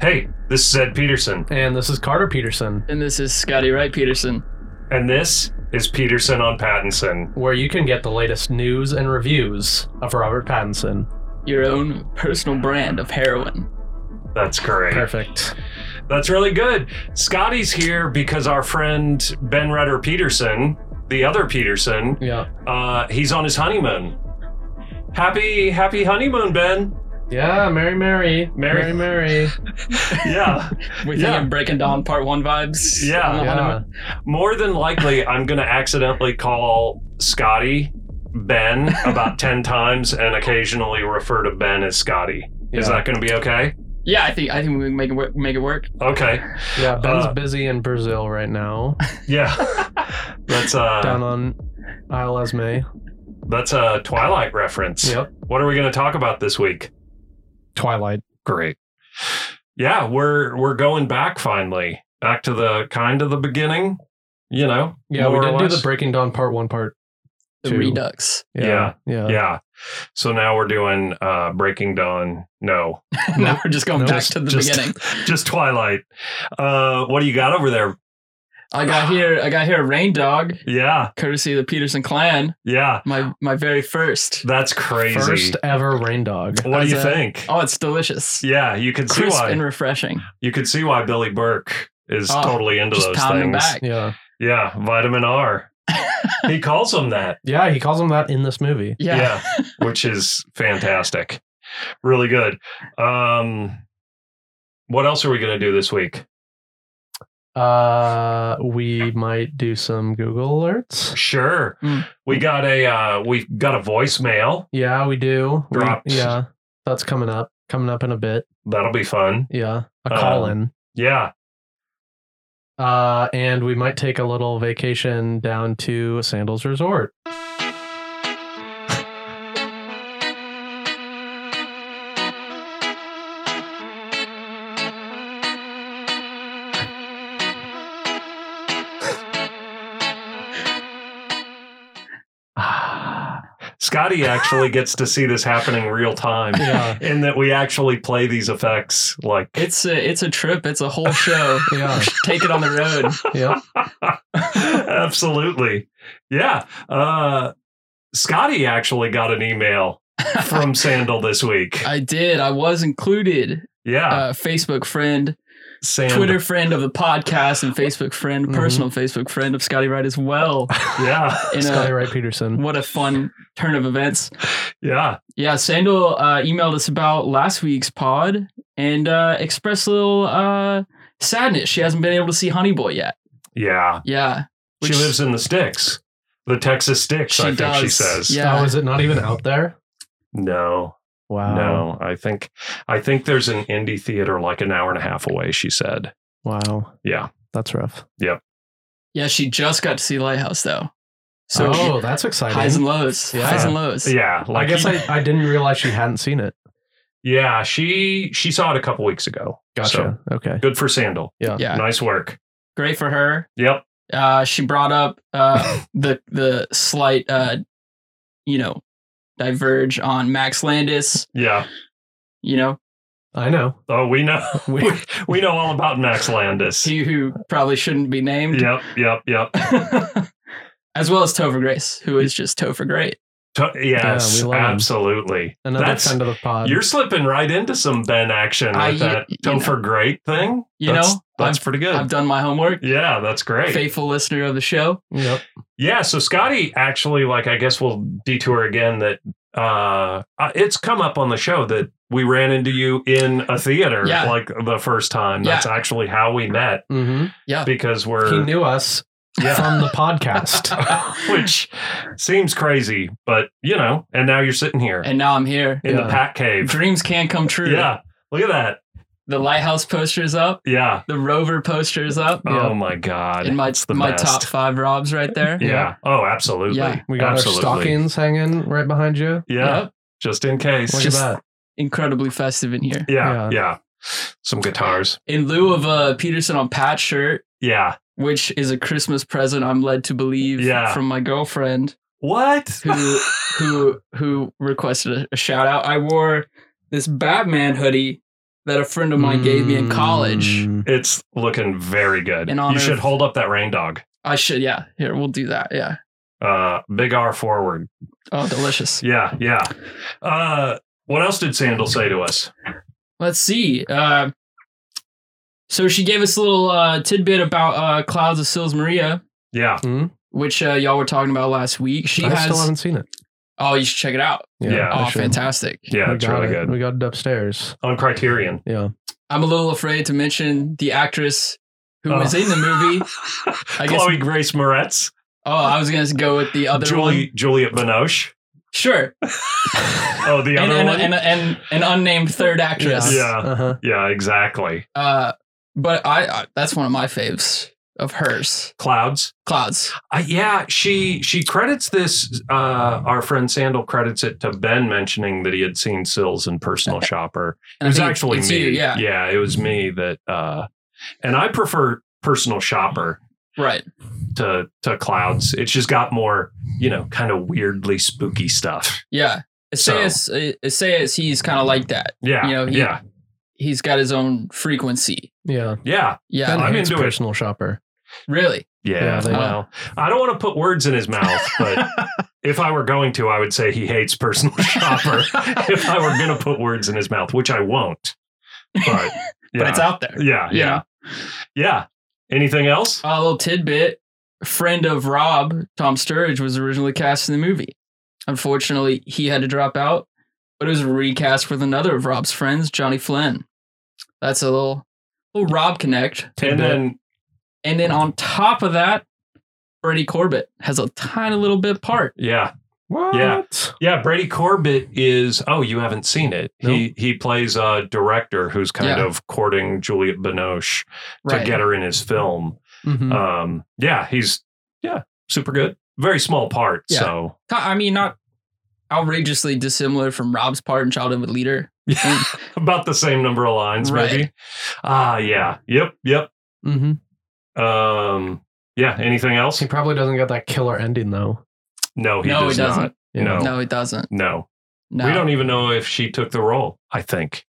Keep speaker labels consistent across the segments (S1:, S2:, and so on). S1: Hey, this is Ed Peterson,
S2: And this is Carter Peterson,
S3: And this is Scotty Wright Peterson.
S1: and this is Peterson on Pattinson.
S2: where you can get the latest news and reviews of Robert Pattinson.
S3: Your own personal brand of heroin.
S1: That's great.
S2: Perfect.
S1: That's really good. Scotty's here because our friend Ben Redder Peterson, the other Peterson,
S2: Yeah.
S1: uh, he's on his honeymoon. Happy, happy honeymoon, Ben.
S2: Yeah, Mary Mary.
S1: Mary-
S2: Mary Mary.
S1: Yeah,
S3: We
S1: Yeah.
S3: thinking Breaking Dawn Part 1 vibes.
S1: Yeah.
S3: on the
S2: yeah.
S3: honeymoon?
S1: more than likely, I'm gonna accidentally call Scotty Ben about ten times, and occasionally refer to Ben as Scotty. Is
S2: Yeah.
S1: that gonna be okay?
S3: Yeah, I think I think we can make it work, make it work.
S1: Okay.
S2: Yeah, Ben's
S1: Uh,
S2: busy in Brazil right now,
S1: Yeah. That's uh,
S2: down on Isle Esme.
S1: that's a Twilight reference.
S2: Yep.
S1: What are we going to talk about this week?
S2: Twilight.
S1: Great. Yeah, we're we're going back finally, back to the kind of the beginning. You know.
S2: Yeah,
S1: more
S2: we
S1: or
S2: did do the
S1: less.
S2: Breaking Dawn Part One, Part
S3: The
S2: Two.
S3: Redux.
S2: Yeah. Yeah.
S1: Yeah. So now we're doing uh Breaking Dawn. No,
S3: now we're just going
S2: Nope.
S3: back
S1: Just-
S3: to the
S1: just-
S3: beginning.
S1: just Twilight. Uh, what do you got over there?
S3: I got here I got here a rain dog,
S1: Yeah,
S3: courtesy of the Peterson clan.
S1: yeah.
S3: My my very first.
S1: That's crazy.
S2: First ever rain dog.
S1: what do
S3: as
S1: you
S3: a-
S1: think?
S3: Oh, it's delicious.
S1: Yeah, you can see
S3: Crisp
S1: why.
S3: and refreshing.
S1: you can see why Billy Burke is
S2: Ah,
S3: Oh,
S1: totally into
S3: just
S1: those
S3: pound them
S1: things.
S3: back.
S2: Yeah.
S1: Yeah, vitamin R. he calls him that.
S2: Yeah, he calls him that in this movie.
S3: Yeah.
S1: which is fantastic. Really good. Um what else are we going to do this week?
S2: Uh we might do some Google alerts.
S1: Sure.
S3: Mm.
S1: We got a uh we got a voicemail.
S2: Yeah, we do. We-
S1: Drops.
S2: yeah. That's coming up. Coming up in a bit.
S1: That'll be fun.
S2: Yeah. A
S1: Um,
S2: call in.
S1: Yeah.
S2: Uh, and we might take a little vacation down to Sandals Resort.
S3: Ah.
S1: Scotty actually gets to see this happening real time
S2: Yeah.
S1: in that we actually play these effects like
S3: It's a it's a trip. It's a whole show.
S2: Yeah.
S3: Take it on the road.
S2: yeah.
S1: Absolutely. Yeah. Uh Scotty actually got an email from Sandal this week.
S3: I did. I was included.
S1: Yeah.
S3: Uh, Facebook friend,
S1: Sandal.
S3: Twitter friend of the podcast, and Facebook friend,
S1: Mm-hmm.
S2: Mhm.
S3: personal Facebook friend of Scotty Wright as well.
S1: Yeah.
S3: In
S2: Scotty
S3: a,
S2: Wright Peterson.
S3: what a fun turn of events.
S1: Yeah.
S3: Yeah, Sandal uh, emailed us about last week's pod and uh, expressed a little uh, sadness. She hasn't been able to see Honey Boy yet.
S1: Yeah.
S3: Yeah.
S1: she
S3: Which-
S1: lives in the sticks, the Texas sticks.
S3: She
S1: I think she
S3: does.
S1: says.
S3: Yeah.
S2: Oh, is it not even out there?
S1: No,
S2: Wow.
S1: no. I think I think there's an indie theater like an hour and a half away. She said.
S2: Wow.
S1: Yeah.
S2: That's rough.
S3: Yeah, she just got to see Lighthouse though. So
S2: oh, that's exciting.
S3: highs and lows.
S2: Yeah.
S3: Highs and lows.
S1: Yeah.
S2: I
S1: Like
S2: guess I, I didn't realize she hadn't seen it.
S1: Yeah. She she saw it a couple weeks ago. So,
S2: Gotcha. okay.
S1: good for Sandal.
S3: Yeah.
S1: Nice work.
S3: Great for her.
S1: Yep.
S3: Uh, she brought up uh, the the slight uh, you know diverge on Max Landis.
S1: Yeah.
S3: You know
S2: I know.
S1: Oh, we know we, we know all about Max Landis.
S3: he who probably shouldn't be named.
S1: Yep. Yep. Yep.
S3: as well as Topher Grace, who is just Topher Great.
S1: To- yes.
S2: we love him.
S1: absolutely.
S2: Another
S1: That's
S2: friend of the pod.
S1: You're slipping right into some Ben action with
S3: Um, I- you-
S1: that
S3: you
S1: Topher
S3: know.
S1: Great thing.
S3: You
S1: that's,
S3: know,
S1: that's pretty good.
S3: I've done my homework.
S1: yeah, that's great.
S3: Faithful listener of the show.
S2: Yep.
S1: Yeah, so Scotty actually, like, I guess we'll detour again that uh, uh, it's come up on the show that we ran into you in a theater
S3: Yeah.
S1: like the first time. That's actually how we met
S3: Mm-hmm.
S2: hmm
S1: because
S2: He
S1: we're,
S2: knew us
S1: yeah,
S2: from the podcast.
S1: which seems crazy, but you know, and now you're sitting here
S3: And now I'm here.
S1: in the
S2: yeah.
S1: Pat Cave.
S3: Dreams can come true.
S1: Yeah, look at that.
S3: The lighthouse poster is up.
S1: Yeah.
S3: The rover poster is up.
S1: Oh my God.
S3: in my
S1: It's the
S3: my
S1: best.
S3: top five Robs right there.
S1: Yeah. Oh, absolutely.
S3: Yeah.
S2: We got
S1: absolutely.
S2: our stockings hanging right behind you.
S1: Yeah.
S3: Yep.
S1: Just in case.
S2: Look
S3: Just-
S2: at that.
S3: Incredibly festive in here.
S1: yeah, yeah.
S2: Yeah.
S1: Some guitars.
S3: In lieu of a Peterson on Pat shirt,
S1: Yeah.
S3: which is a Christmas present, I'm led to believe
S1: Yeah.
S3: from my girlfriend
S1: What?
S3: who who who requested a, a shout out. I wore this Batman hoodie that a friend of mine gave me in college.
S2: Mm.
S1: It's looking very good.
S3: In honor
S1: You should
S3: of-
S1: hold up that rain dog.
S3: I should, yeah. Here, we'll do that. Yeah.
S1: Uh, big R forward.
S3: Oh, delicious.
S1: Yeah, yeah. Uh, what else did Sandal say to us?
S3: Let's see. Uh, so she gave us a little uh, tidbit about uh, Clouds of Sils Maria,
S1: Yeah,
S3: which uh, y'all were talking about last week. She
S2: I
S3: has.
S2: still haven't seen it.
S3: oh, you should check it out.
S1: Yeah.
S2: I
S3: oh,
S2: should.
S3: fantastic.
S1: yeah,
S2: We
S1: it's
S2: got
S1: really
S2: it.
S1: good
S2: We got it upstairs.
S1: on Criterion.
S2: Yeah.
S3: I'm a little afraid to mention the actress who
S1: Oh.
S2: Uh.
S3: was in the movie. I guess-
S1: Chloe Grace Moretz,
S3: Oh, I was going to go with the other
S1: Julie
S3: one.
S1: Juliet Binoche.
S3: Sure.
S1: Oh, the
S3: and,
S1: other
S3: and,
S1: one.
S3: and, and an unnamed third actress.
S1: Yeah.
S2: Uh-huh.
S1: yeah, exactly.
S3: Uh, but I, I that's one of my faves of hers.
S1: Clouds.
S3: Clouds.
S1: Uh, yeah, she she credits this. Uh, our friend Sandal credits it to Ben mentioning that he had seen Sills in Personal Shopper. It
S3: And I
S1: was
S3: think
S1: actually
S3: it's
S1: me.
S3: you, yeah.
S1: it was me that. Uh, and I prefer Personal Shopper
S3: Right.
S1: to to Clouds. It's just got more, you know, kind of weirdly spooky stuff.
S3: Yeah.
S1: So-
S3: Isaias, uh, Isaias he's kind of like that.
S1: Yeah,
S3: You know, he-
S1: yeah,
S3: He's got his own frequency.
S2: Yeah.
S1: yeah,
S3: Yeah.
S2: Ben
S1: I'm
S2: hates
S1: into it.
S2: personal shopper.
S3: Really.
S1: yeah.
S2: Yeah, they-
S1: well, I don't want to put words in his mouth, but if I were going to, I would say he hates Personal Shopper. if I were going to put words in his mouth, which I won't. But, yeah.
S3: But it's out there.
S1: yeah,
S3: you
S1: yeah, yeah. Anything else?
S3: A little tidbit. Friend of Rob, Tom Sturridge, was originally cast in the movie. Unfortunately, he had to drop out, but it was recast with another of Rob's friends, Johnny Flynn. That's a little little Rob connect.
S1: And then
S3: And then on top of that, Brady Corbett has a tiny little bit part.
S1: yeah,
S2: What?
S1: yeah. Brady Corbett is. Oh, you haven't seen it.
S2: Nope.
S1: He he plays a director who's kind
S3: Yeah.
S1: of courting Juliette Binoche to get her in his film.
S3: Mm-hmm.
S2: Mhm.
S1: Um, yeah, he's yeah, super good. Very small part.
S3: Yeah.
S1: So
S3: Ki- I mean, not outrageously dissimilar from Rob's part in Childhood with Leader.
S1: about the same number of lines, maybe.
S3: Right.
S1: Ah, yeah. Yep. Yep.
S2: Mhm.
S1: Um, yeah. Anything else?
S2: He probably doesn't get that killer ending though.
S1: No, Oh, he
S3: No,
S1: does
S3: it doesn't.
S1: not.
S2: You
S1: No.
S2: know?
S3: No, it doesn't.
S1: No.
S3: No,
S1: we don't even know if she took the role. I think.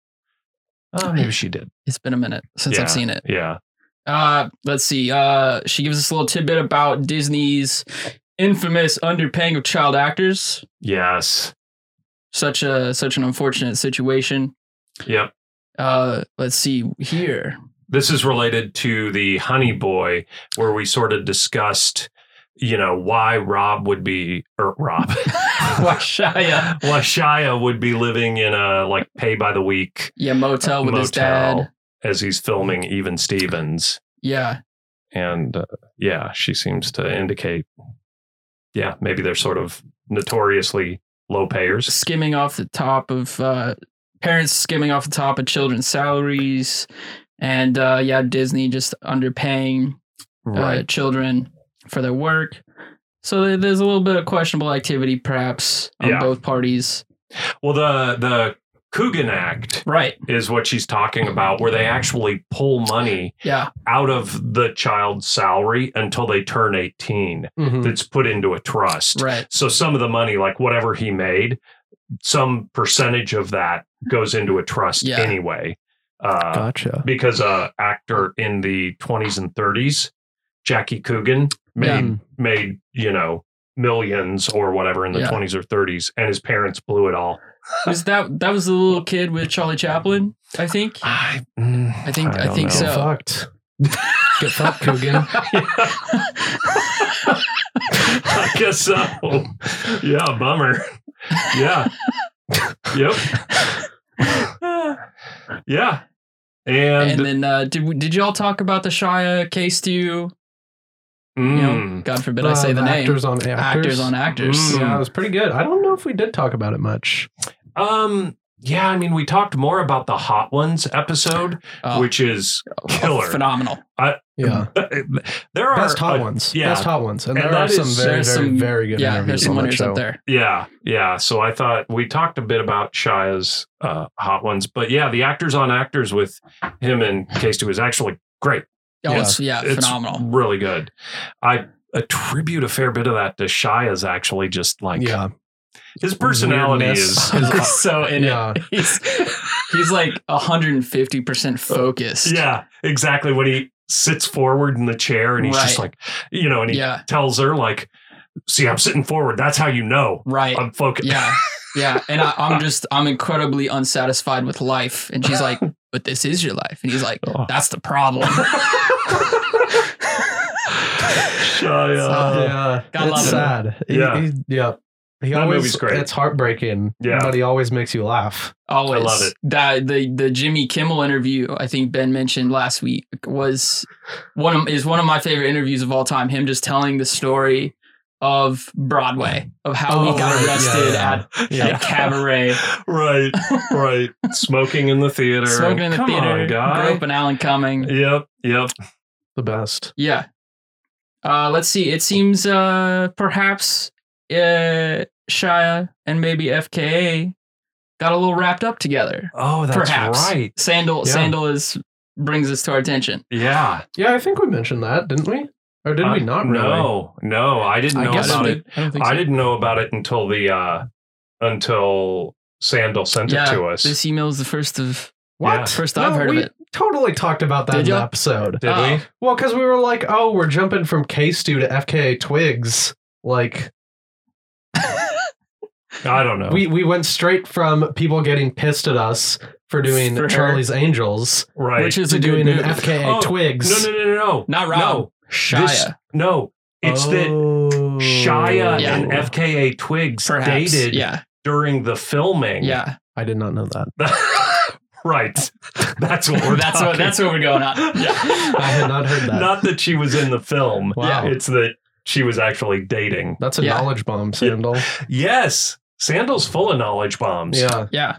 S1: Uh, maybe she did.
S3: it's been a minute since
S1: Yeah.
S3: I've seen it.
S1: Yeah.
S3: Uh, let's see. Uh, she gives us a little tidbit about Disney's infamous underpaying of child actors.
S1: Yes.
S3: Such a such an unfortunate situation.
S1: Yep.
S3: Uh, let's see here.
S1: This is related to the Honey Boy, where we sort of discussed, you know, why Rob would be or Rob.
S3: Washaya.
S1: Why Shia would be living in a like pay by the week
S3: Yeah, motel with his dad.
S1: motel as he's filming Even Stevens,
S3: Yeah.
S1: and uh, yeah, she seems to indicate, yeah, maybe they're sort of notoriously low payers.
S3: skimming off the top of uh, parents skimming off the top of children's salaries, and uh, yeah, Disney just underpaying uh, children for their work. So there- there's a little bit of questionable activity, perhaps, on
S1: Yeah.
S3: both parties.
S1: Well, the the Coogan Act
S3: Right?
S1: is what she's talking about, where they actually pull money
S3: Yeah.
S1: out of the child's salary until they turn 18
S3: Hmm.
S2: Mhm.
S1: that's put into a trust.
S3: Right.
S1: So some of the money, like whatever he made, some percentage of that goes into a trust
S3: Yeah.
S1: anyway. Uh,
S2: Gotcha.
S1: because a actor in the 20s and 30s, Jackie Coogan, made
S2: Mm.
S1: made you know millions or whatever in the
S3: Yeah.
S1: 20s or 30s, and his parents blew it all.
S3: Was that that was the little kid with Charlie Chaplin? I think.
S1: I, Mm.
S3: I think- I
S1: don't
S3: think
S1: know.
S2: Get
S3: so.
S2: fucked. Get fucked, Coogan.
S1: I guess so. Yeah, bummer. Yeah. yep. Yeah. And,
S3: And then uh, did we, did y'all talk about the Shia case to you? You know,
S1: Mm,
S3: God forbid I say the name.
S2: Uh, Actors on actors.
S3: Actors on actors.
S1: Mm.
S2: Yeah, it was pretty good. I don't know if we did talk about it much.
S1: um, yeah, I mean, we talked more about the Hot Ones episode,
S3: Oh,
S1: which is killer.
S3: phenomenal.
S2: Yeah.
S3: Mm-hmm.
S1: there are
S2: Best hot
S1: a-
S2: ones.
S1: yeah.
S2: Best hot ones. And,
S1: And
S2: there are
S1: that
S2: some
S1: is-
S2: very, very,
S3: there's some-
S2: very good
S3: yeah,
S2: interviews
S3: there's some
S2: on that
S3: winners
S2: show.
S3: up there.
S1: Yeah, yeah. So I thought we talked a bit about Shia's uh, hot ones, but yeah, the actors on actors with him and K2 is actually great.
S3: Oh,
S2: Yeah.
S3: it's yeah,
S1: It's
S3: phenomenal.
S1: Really good. I attribute a fair bit of that to Shia's actually just like
S2: yeah.
S1: His personality
S2: Weirdness.
S1: is
S3: He's so in it.
S2: yeah.
S3: He's, he's like 150% focused.
S1: yeah, exactly. When he sits forward in the chair and he's just
S3: Right.
S1: like, you know, and he
S3: Yeah.
S1: tells her like, "See, I'm sitting forward. That's how you know
S3: Right.
S1: I'm focused."
S3: Yeah. Yeah. And I, I'm just, I'm incredibly unsatisfied with life. And she's like, but this is your life. And he's like,
S1: Oh.
S3: that's the problem.
S1: Shia.
S3: So-
S2: yeah,
S3: Gotta
S2: Uh, it's
S3: love it.
S2: sad. He-
S1: Yeah.
S2: he- yeah. He
S1: That
S2: always,
S1: movie's great.
S2: It's heartbreaking.
S1: Yeah.
S2: but he always makes you laugh.
S3: Always.
S1: I love it.
S3: That the the Jimmy Kimmel interview I think Ben mentioned last week was one of, is one of my favorite interviews of all time. Him just telling the story of Broadway of how
S2: Oh,
S3: he got
S2: right.
S3: arrested
S2: Yeah,
S3: at
S2: Yeah.
S3: at cabaret,
S1: right, right. Smoking in the theater.
S3: smoking in the
S1: Come
S3: theater,
S1: on, guy.
S3: groping Alan Cumming.
S1: Yep, yep.
S2: The best.
S3: Yeah. Uh, let's see. It seems uh, perhaps uh, Shia and maybe FKA got a little wrapped up together.
S1: Oh, that's
S3: perhaps
S1: right.
S3: Sandal
S1: Yeah.
S3: Sandal is brings this to our attention.
S1: Yeah.
S2: Yeah, I think we mentioned that, didn't we? Or did
S1: Uh,
S2: we not? Really?
S1: No, no. I didn't know
S3: I guess
S1: about
S3: we-
S1: it.
S3: I don't think
S1: I
S3: so.
S1: didn't know about it until the uh until Sandal sent
S3: Yeah,
S1: it to us.
S3: This email is the first of
S1: Yeah.
S2: What?
S3: first I've
S2: No,
S3: heard
S2: we
S3: of it.
S2: Totally talked about that
S3: Did
S2: in the
S3: ya?
S2: episode. Uh,
S1: Did
S3: Oh.
S1: we?
S2: Well, because we were like, oh, we're jumping from K Stu to FKA Twigs. Like
S1: I don't know.
S2: we we went straight from people getting pissed at us for doing
S3: For her.
S2: Charlie's Angels
S1: right.
S3: Which is
S2: to
S3: a good
S2: doing an
S3: move.
S2: FKA
S1: Oh,
S2: Twigs.
S1: no, no, no, no, no.
S3: Not Rob.
S1: No,
S3: Shia.
S1: this- no. It's that
S2: Oh.
S1: Shia
S3: Yeah.
S1: and FKA Twigs
S3: perhaps.
S1: dated
S3: Yeah.
S1: during the filming.
S3: Yeah.
S2: I did not know that.
S1: right. That's what we're
S3: that's what
S1: talking
S3: that's what we're going on. Yeah.
S2: I had not heard that.
S1: Not that she was in the film.
S2: Wow.
S1: It's that she was actually dating.
S2: That's a
S3: Yeah.
S2: knowledge bomb, Sandal.
S1: Yes. Sandal's full of knowledge bombs.
S2: Yeah.
S3: Yeah.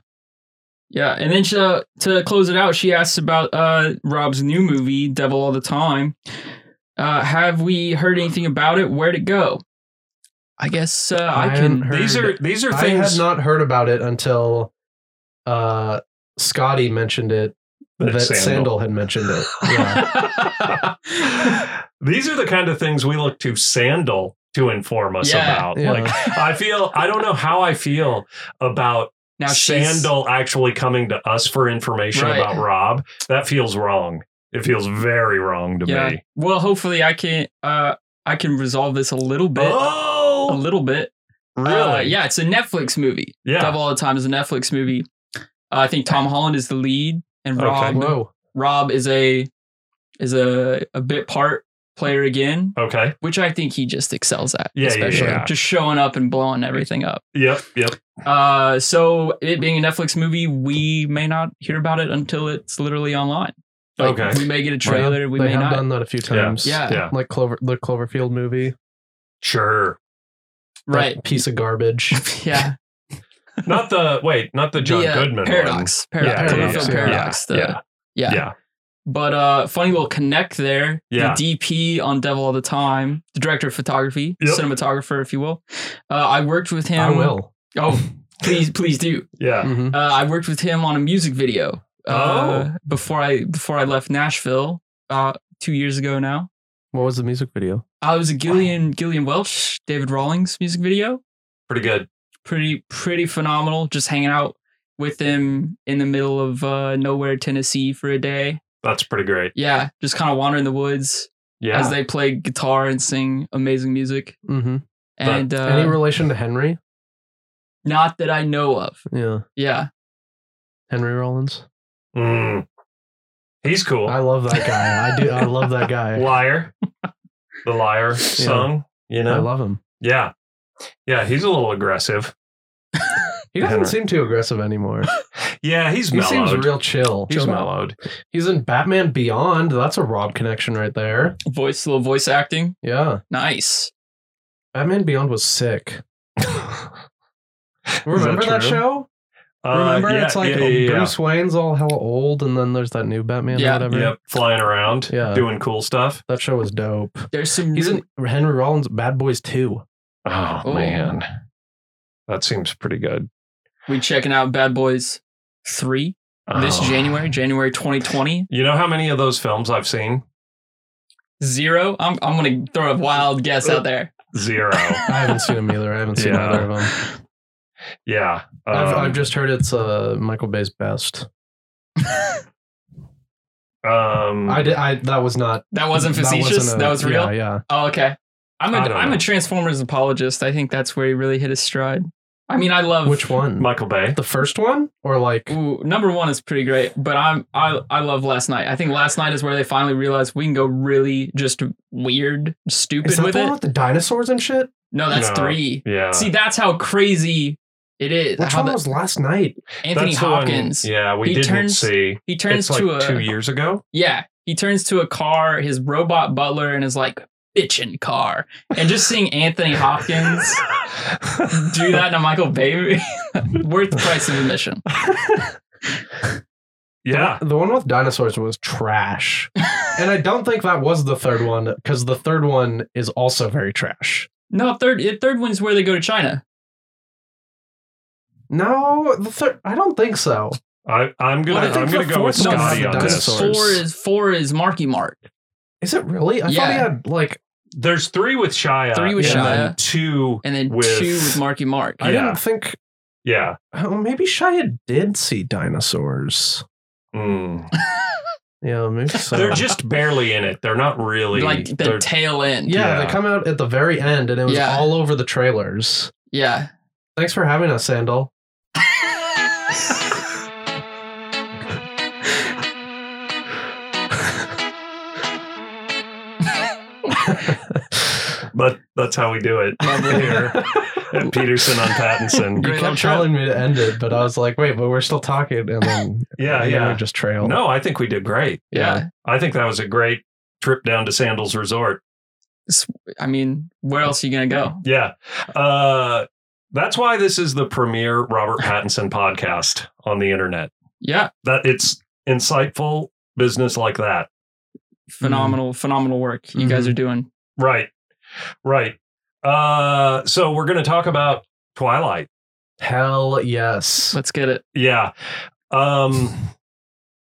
S3: Yeah. And then she, uh, to close it out, she asks about uh, Rob's new movie, Devil All the Time. Uh, have we heard anything about it? Where'd it go? I guess uh,
S2: I
S3: I, can.
S2: haven't heard-
S1: These are these are
S2: I had
S1: things
S2: not heard about it until uh, Scotty mentioned it, that, Sandal. had mentioned it. Yeah.
S1: these are the kind of things we look to Sandal to inform us
S3: Yeah,
S1: about.
S2: yeah.
S1: Like I feel I don't know how I feel about
S3: now she's-
S1: Sandal actually coming to us for information
S3: Right.
S1: about Rob. That feels wrong. It feels very wrong to
S3: Yeah.
S1: me.
S3: Well, hopefully I can. Uh, I can resolve this a little bit. A
S1: Oh,
S3: little bit.
S1: really?
S3: Uh, yeah, it's a Netflix movie.
S1: Yeah.
S3: Devil All the Time is a Netflix movie. Uh, I think Tom Holland is the lead, and
S1: Okay.
S3: Rob
S2: Whoa.
S3: Rob is a is a a bit part player again,
S1: Okay.
S3: which I think he just excels at.
S1: Yeah, yeah,
S3: especially
S1: yeah.
S3: just showing up and blowing everything up.
S1: Yep. Yep.
S3: Uh, so it being a Netflix movie, we may not hear about it until it's literally online. Like,
S1: Okay.
S3: we may get a trailer, we
S2: they
S3: may
S2: have
S3: not.
S2: done that a few times.
S3: Yeah.
S1: Yeah.
S2: Like Clover, the Cloverfield movie.
S1: Sure.
S2: That
S3: right?
S2: piece of garbage.
S3: yeah,
S1: Not the wait. Not the John
S3: The, uh,
S1: Goodman
S3: paradox,
S1: One.
S3: paradox,
S2: yeah,
S3: Cloverfield
S2: yeah, yeah.
S3: paradox.
S1: Yeah.
S3: the-
S1: yeah.
S3: yeah.
S1: Yeah.
S3: But uh, funny little connect there.
S1: Yeah.
S3: The DP on Devil All the Time, the director of photography,
S1: Yep.
S3: cinematographer, if you will. Uh, I worked with him.
S2: I will.
S3: Oh, please, please do.
S1: Yeah.
S2: Mhm.
S3: Uh, I worked with him on a music video. Uh, Before I before I left Nashville, uh, two years ago now.
S2: What was the music video?
S3: I was a Gillian Gillian Welch, David Rawlings music video.
S1: Pretty good.
S3: Pretty pretty phenomenal. Just hanging out with him in the middle of uh, nowhere, Tennessee, for a day.
S1: That's pretty great.
S3: Yeah, just kind of wandering the woods,
S1: Yeah.
S3: as they play guitar and sing amazing music.
S2: Mm-hmm.
S3: And uh,
S2: Any relation to Henry?
S3: not that I know of.
S2: Yeah.
S3: Yeah.
S2: Henry Rollins.
S1: Mm. He's cool.
S2: I love that guy. I do. I love that guy.
S1: liar. The liar song. You
S2: I
S1: know.
S2: love him.
S1: yeah. Yeah. He's a little aggressive.
S2: He doesn't
S1: Henry.
S2: seem too aggressive anymore.
S1: Yeah. He's
S2: he seems
S1: mellowed.
S2: real chill.
S1: he's mellowed.
S2: He's in Batman Beyond. That's a Rob connection right there.
S3: Voice, little voice acting.
S2: Yeah.
S3: Nice.
S2: Batman Beyond was sick.
S1: Is
S2: Remember that,
S1: true?
S2: show?
S1: Uh,
S2: Remember
S1: yeah,
S2: it's like
S1: yeah, yeah, yeah.
S2: Bruce Wayne's all hella old, and then there's that new Batman
S3: Yeah.
S2: or whatever.
S1: Yep, flying around,
S2: Yeah.
S1: doing cool stuff.
S2: That show was dope.
S3: There's some.
S2: He's
S3: really-
S2: in Henry Rollins Bad Boys 2.
S1: Oh,
S3: Oh.
S1: man, that seems pretty good.
S3: we checking out Bad Boys Three this
S1: Oh.
S3: January, January 2020.
S1: You know how many of those films I've seen?
S3: Zero. I'm I'm gonna throw a wild guess out there.
S1: Zero.
S2: I haven't seen him either. I haven't seen
S1: Yeah.
S2: either of them.
S1: Yeah.
S2: I've,
S1: um,
S2: I've just heard it's uh, Michael Bay's best.
S1: um,
S2: I, did, I that was not
S3: That wasn't facetious. That,
S2: wasn't a-
S3: was real.
S2: Yeah, yeah.
S3: Oh, okay. I'm a
S1: I don't
S3: I'm
S1: know.
S3: a Transformers apologist. I think that's where he really hit his stride. I mean, I love
S2: Which one?
S1: Michael Bay.
S2: the first one or like
S3: Ooh, number one is pretty great, but I'm I I love last night. I think last night is where they finally realized we can go really just weird, stupid
S2: is that
S3: with
S2: the
S3: it.
S2: one with the dinosaurs and shit?
S3: No, that's
S1: No.
S3: three.
S1: Yeah.
S3: See, that's how crazy it is.
S2: Which
S3: how
S2: one
S3: the-
S2: was last night?
S3: Anthony
S1: That's the one-
S3: Hopkins.
S1: yeah, we
S3: He
S1: didn't
S3: turns-
S1: see.
S3: He turns
S1: it's like
S3: to a
S1: two years ago.
S3: yeah. He turns to a car, his robot butler, and is like bitchin' car, and just seeing Anthony Hopkins do that to Michael Bay, worth the price of admission.
S1: Yeah.
S2: The one with dinosaurs was trash. and I don't think that was the third one because the third one is also very trash.
S3: No, third eh, third one's where they go to China.
S2: No, the third. I don't think so.
S1: I, I'm gonna
S3: Well, I
S1: I'm
S3: think
S1: gonna
S3: the
S1: go with
S2: fourth one
S1: Scotty
S2: had
S1: on
S2: the
S1: this.
S2: dinosaurs.
S3: Four is four is Marky Mark.
S2: Is it really? I thought he
S3: Yeah.
S2: had like
S1: There's three with Shia.
S3: Three with
S1: and then
S3: Shia.
S1: Two.
S3: and then
S1: with-
S3: two with Marky Mark.
S2: I
S1: Yeah.
S2: didn't think.
S1: Yeah.
S2: Oh, maybe Shia did see dinosaurs.
S1: Mm.
S2: Yeah, maybe so.
S1: They're just barely in it. They're not really.
S3: like the
S1: they're-
S3: tail end. Yeah.
S2: yeah,
S1: yeah.
S2: they come out at the very end, and it was
S3: Yeah.
S2: all over the trailers. Thanks for having us, Sandal.
S1: but that's how we do it
S3: Lovely.
S1: here at Peterson on Pattinson.
S2: You
S3: Great little
S2: kept
S3: trip.
S2: telling me to end it, but I was like, wait, but we're still talking. And then
S1: Yeah,
S2: and then we
S1: yeah.
S2: just trailed.
S1: No, I think we did great.
S3: yeah,
S1: I think that was a great trip down to Sandals Resort.
S3: I mean, where else are you gonna go?
S1: Yeah. Uh, that's why this is the premier Robert Pattinson podcast on the internet.
S3: Yeah,
S1: That it's insightful business like that.
S3: phenomenal, phenomenal work you guys
S1: Mm-hmm.
S2: Mhm.
S3: are doing.
S1: Right. Right. Uh, so we're going to talk about Twilight.
S2: Hell yes.
S3: Let's get it.
S1: Yeah. Um,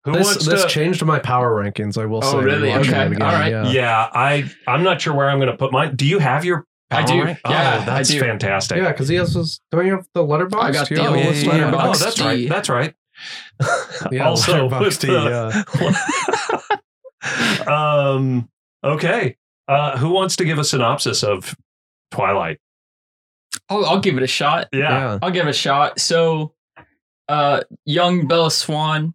S1: who
S2: This,
S1: wants
S2: this
S1: to?
S2: changed my power rankings, I will
S3: Oh,
S2: say.
S3: really?
S2: watching
S3: Okay.
S2: it again,
S3: All right.
S2: Yeah.
S1: yeah, I I'm not sure where I'm going to put mine. Do you have your?
S3: I
S1: power
S3: do.
S1: rank?
S3: Yeah,
S1: oh,
S3: I
S1: that's
S3: do.
S1: fantastic.
S2: Yeah, because he has his. Don't you have the letterbox?
S3: I got
S2: You
S3: the-
S2: have
S3: oh, yeah,
S2: list
S3: yeah, yeah.
S2: letterbox.
S1: Oh,
S3: Letterboxd.
S1: that's right. That's right.
S2: Yeah,
S1: also, with
S2: letterboxd,
S1: the- um, okay. Uh, who wants to give a synopsis of Twilight?
S3: Oh, I'll, I'll give it a shot.
S1: Yeah.
S2: yeah.
S3: I'll give it a shot. So, uh, young Bella Swan,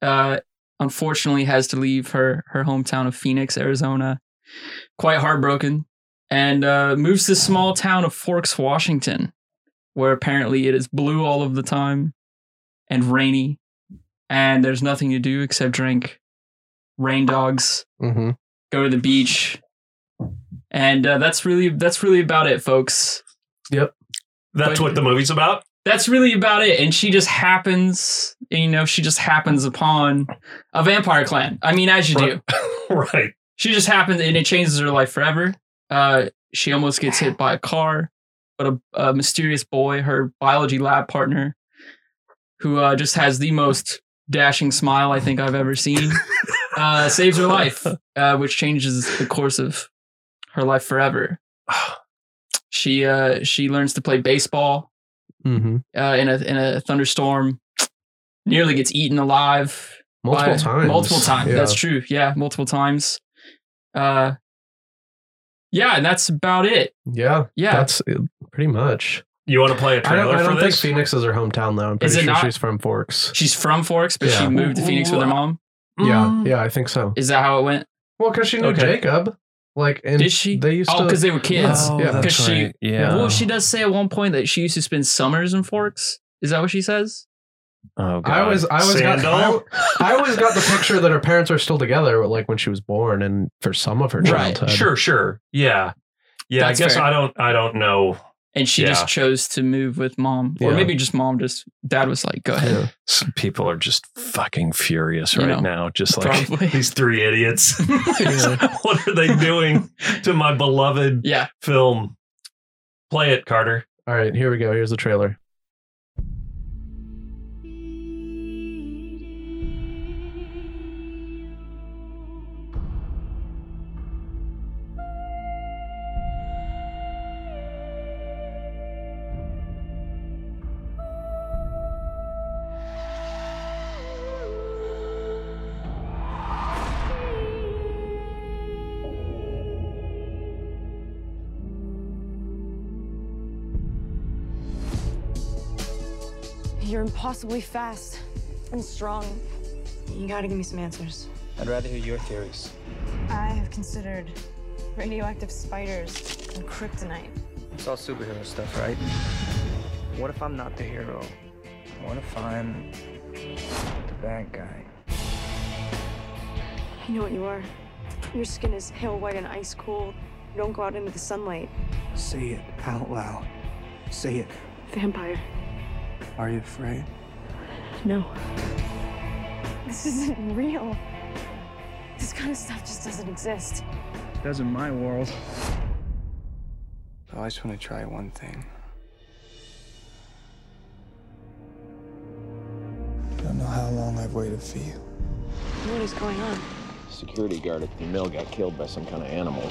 S3: uh, unfortunately has to leave her her hometown of Phoenix, Arizona, quite heartbroken, and uh, moves to the small town of Forks, Washington, where apparently it is blue all of the time and rainy, and there's nothing to do except drink rain dogs
S2: Mhm.
S3: go to the beach and uh, that's really that's really about it folks
S1: That's
S3: But-
S1: what the movie's about.
S3: that's really about it. And she just happens, you know, she just happens upon a vampire clan. I mean, as you do,
S1: right.
S3: she just happens, and it changes her life forever. Uh, she almost gets hit by a car, but a, a mysterious boy, her biology lab partner, who uh, just has the most dashing smile I think I've ever seen, uh, saves her life, uh, which changes the course of her life forever. She uh, she learns to play baseball
S2: Mhm.
S3: uh, in a in a thunderstorm. Nearly gets eaten alive.
S2: Multiple
S3: by-
S2: times.
S3: Multiple times.
S2: Yeah.
S3: That's true. Yeah, multiple times. Uh, yeah, and that's about it.
S2: Yeah.
S3: Yeah,
S2: That's it, pretty much.
S1: You want to play a
S2: I don't,
S1: trailer
S2: I don't
S1: for
S2: think
S1: this?
S2: Phoenix is her hometown, though. I'm pretty
S3: Is it
S2: sure
S3: not?
S2: she's from Forks.
S3: she's from Forks, but she
S2: Yeah.
S3: moved to Phoenix with her mom.
S2: Yeah.
S1: Mm.
S2: Yeah, I think so.
S3: Is that how it went?
S2: Well, because she knew
S1: Okay.
S2: Jacob. Like, and
S3: Did she?
S2: They used
S3: Oh,
S2: to.
S3: because they were kids.
S2: Oh, yeah.
S3: Because she-
S1: yeah.
S3: Well, she does say at one point that she used to spend summers in Forks. Is that what she says?
S1: Oh,
S2: I always, I always got, I,
S1: Sandal?
S2: I always got the picture that her parents are still together, like when she was born, and for some of her
S3: Right,
S2: childhood.
S1: Sure, sure. Yeah. Yeah,
S3: That's
S1: I guess
S3: fair.
S1: I don't I don't know.
S3: And she
S1: Yeah.
S3: just chose to move with mom, or
S2: Yeah.
S3: maybe just mom. Just dad was like, "Go ahead."
S2: Yeah.
S1: Some people are just fucking furious
S3: You
S1: right
S3: know,
S1: now. Just like
S3: probably.
S1: these three idiots.
S2: Yeah.
S1: what are they doing to my beloved
S3: Yeah.
S1: film? Play it, Carter.
S2: All right, here we go. Here's the trailer.
S4: You're impossibly fast and strong.
S5: You gotta give me some answers.
S6: I'd rather hear your theories.
S5: I have considered radioactive spiders and kryptonite.
S6: It's all superhero stuff, right? What if I'm not the hero? What if I'm the bad guy?
S5: I know what you are. Your skin is pale white and ice cold. You don't go out into the sunlight.
S6: Say it out loud. Say it.
S5: Vampire.
S6: Are you afraid?
S5: No. This isn't real. This kind of stuff just doesn't exist.
S6: It does in my world. I just want to try one thing. I don't know how long I've waited for you.
S5: What is going on?
S7: Security guard at the mill got killed by some kind of animal.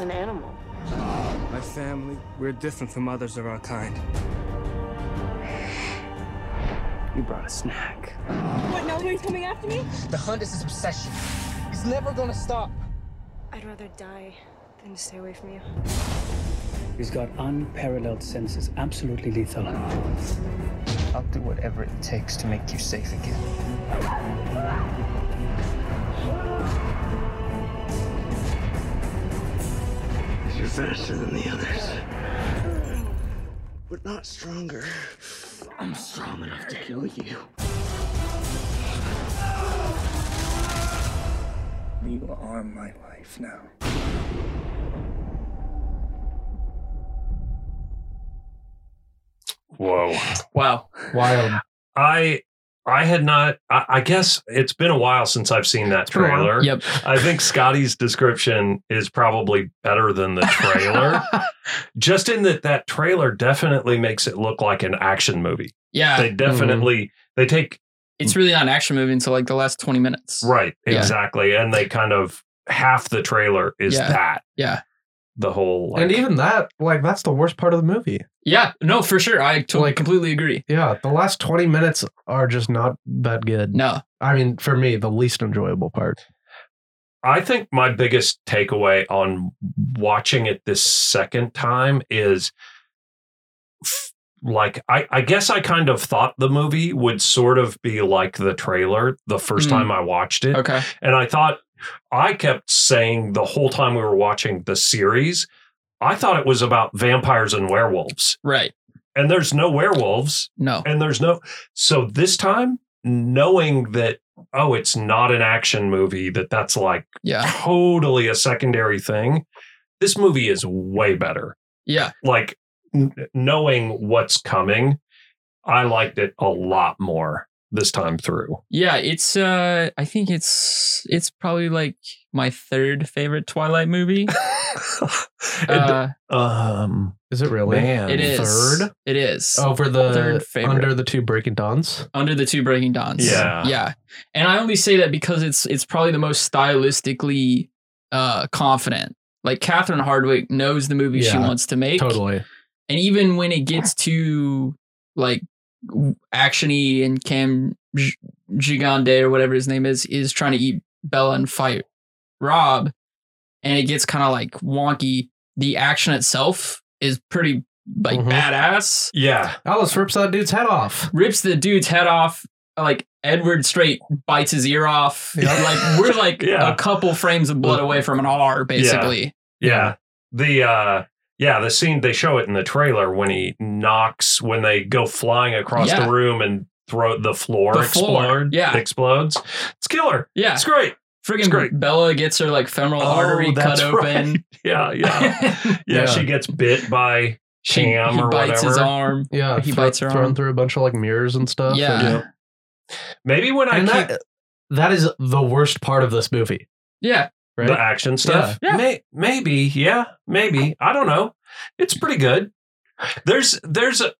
S5: An animal.
S6: My family, we're different from others of our kind. You brought a snack.
S5: What, now he's coming after me?
S6: The hunt is his obsession. He's never gonna stop.
S5: I'd rather die than to stay away from you.
S8: He's got unparalleled senses, absolutely lethal.
S6: I'll do whatever it takes to make you safe again.
S9: You're faster than the others. But not stronger. I'm strong enough to kill you.
S6: You are my life now.
S1: Whoa.
S3: Wow.
S2: Wild.
S1: I I had not. I, I, guess it's been a while since I've seen that trailer.
S3: Yep.
S1: I think Scotty's description is probably better than the trailer, just in that that trailer definitely makes it look like an action movie.
S3: Yeah.
S1: They definitely mm-hmm. they take.
S3: It's really not an action movie until like the last twenty minutes.
S1: Right. Exactly. Yeah. And they kind of half the trailer is
S3: yeah.
S1: that.
S3: Yeah.
S1: The whole
S2: like, and even that like that's the worst part of the movie.
S3: Yeah, no, for sure. I totally like, completely agree.
S2: Yeah, the last 20 minutes are just not that good.
S3: No.
S2: I mean, for me, the least enjoyable part.
S1: I think my biggest takeaway on watching it this second time is like I, I guess I kind of thought the movie would sort of be like the trailer the first mm. time I watched it.
S3: Okay.
S1: And I thought I kept saying the whole time we were watching the series I thought it was about vampires and werewolves.
S3: Right.
S1: And there's no werewolves.
S3: No.
S1: And there's no. So this time, knowing that, oh, it's not an action movie, that that's like
S3: yeah.
S1: totally a secondary thing, this movie is way better.
S3: Yeah.
S1: Like n- knowing what's coming, I liked it a lot more this time through.
S3: Yeah, it's uh I think it's it's probably like my third favorite Twilight movie.
S1: uh, um
S2: is it really?
S1: Man,
S3: it is.
S2: Third? Oh.
S3: It is.
S2: Over the third favorite. under the two breaking dawns.
S3: Under the two breaking dawns.
S1: Yeah.
S3: Yeah. And I only say that because it's it's probably the most stylistically uh confident. Like Catherine Hardwick knows the movie yeah, she wants to make.
S2: Totally.
S3: And even when it gets to like actiony and Cam Gigande or whatever his name is is trying to eat Bella and fight Rob, and it gets kind of like wonky. The action itself is pretty like mm-hmm. badass.
S1: Yeah,
S2: Alice rips that dude's head off.
S3: Rips the dude's head off. Like Edward straight bites his ear off. Yeah. Like we're like yeah. a couple frames of blood away from an R, basically.
S1: Yeah. yeah. The uh yeah, the scene they show it in the trailer when he knocks when they go flying across yeah. the room and throw the floor, the floor explode,
S3: yeah.
S1: explodes. It's killer.
S3: Yeah.
S1: It's great.
S3: Friggin'
S1: it's great.
S3: Bella gets her like femoral oh, artery cut open. Right.
S1: Yeah, yeah. yeah. yeah. she gets bit by
S3: she,
S1: Cam
S3: he
S1: or
S3: bites
S1: whatever.
S3: his arm.
S2: Yeah,
S3: he bites her
S2: thrown
S3: arm.
S2: through a bunch of like mirrors and stuff.
S3: Yeah. And,
S1: yeah. Maybe when I
S2: and keep... that, that is the worst part of this movie.
S3: Yeah.
S1: Right? the action stuff.
S3: Yeah. yeah.
S1: May- maybe, yeah, maybe. I don't know. It's pretty good. There's there's a,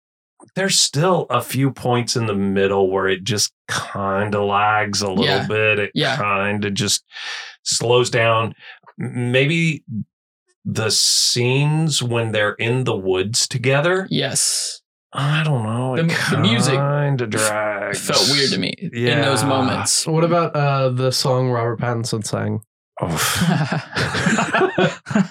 S1: there's still a few points in the middle where it just kind of lags a little
S3: yeah.
S1: bit. It
S3: yeah.
S1: kind of just slows down. Maybe the scenes when they're in the woods together.
S3: Yes.
S1: I don't know.
S3: The, the music
S1: kind of drags.
S3: felt weird to me yeah. in those moments.
S2: What about uh, the song Robert Pattinson sang?
S1: Oof.
S3: Is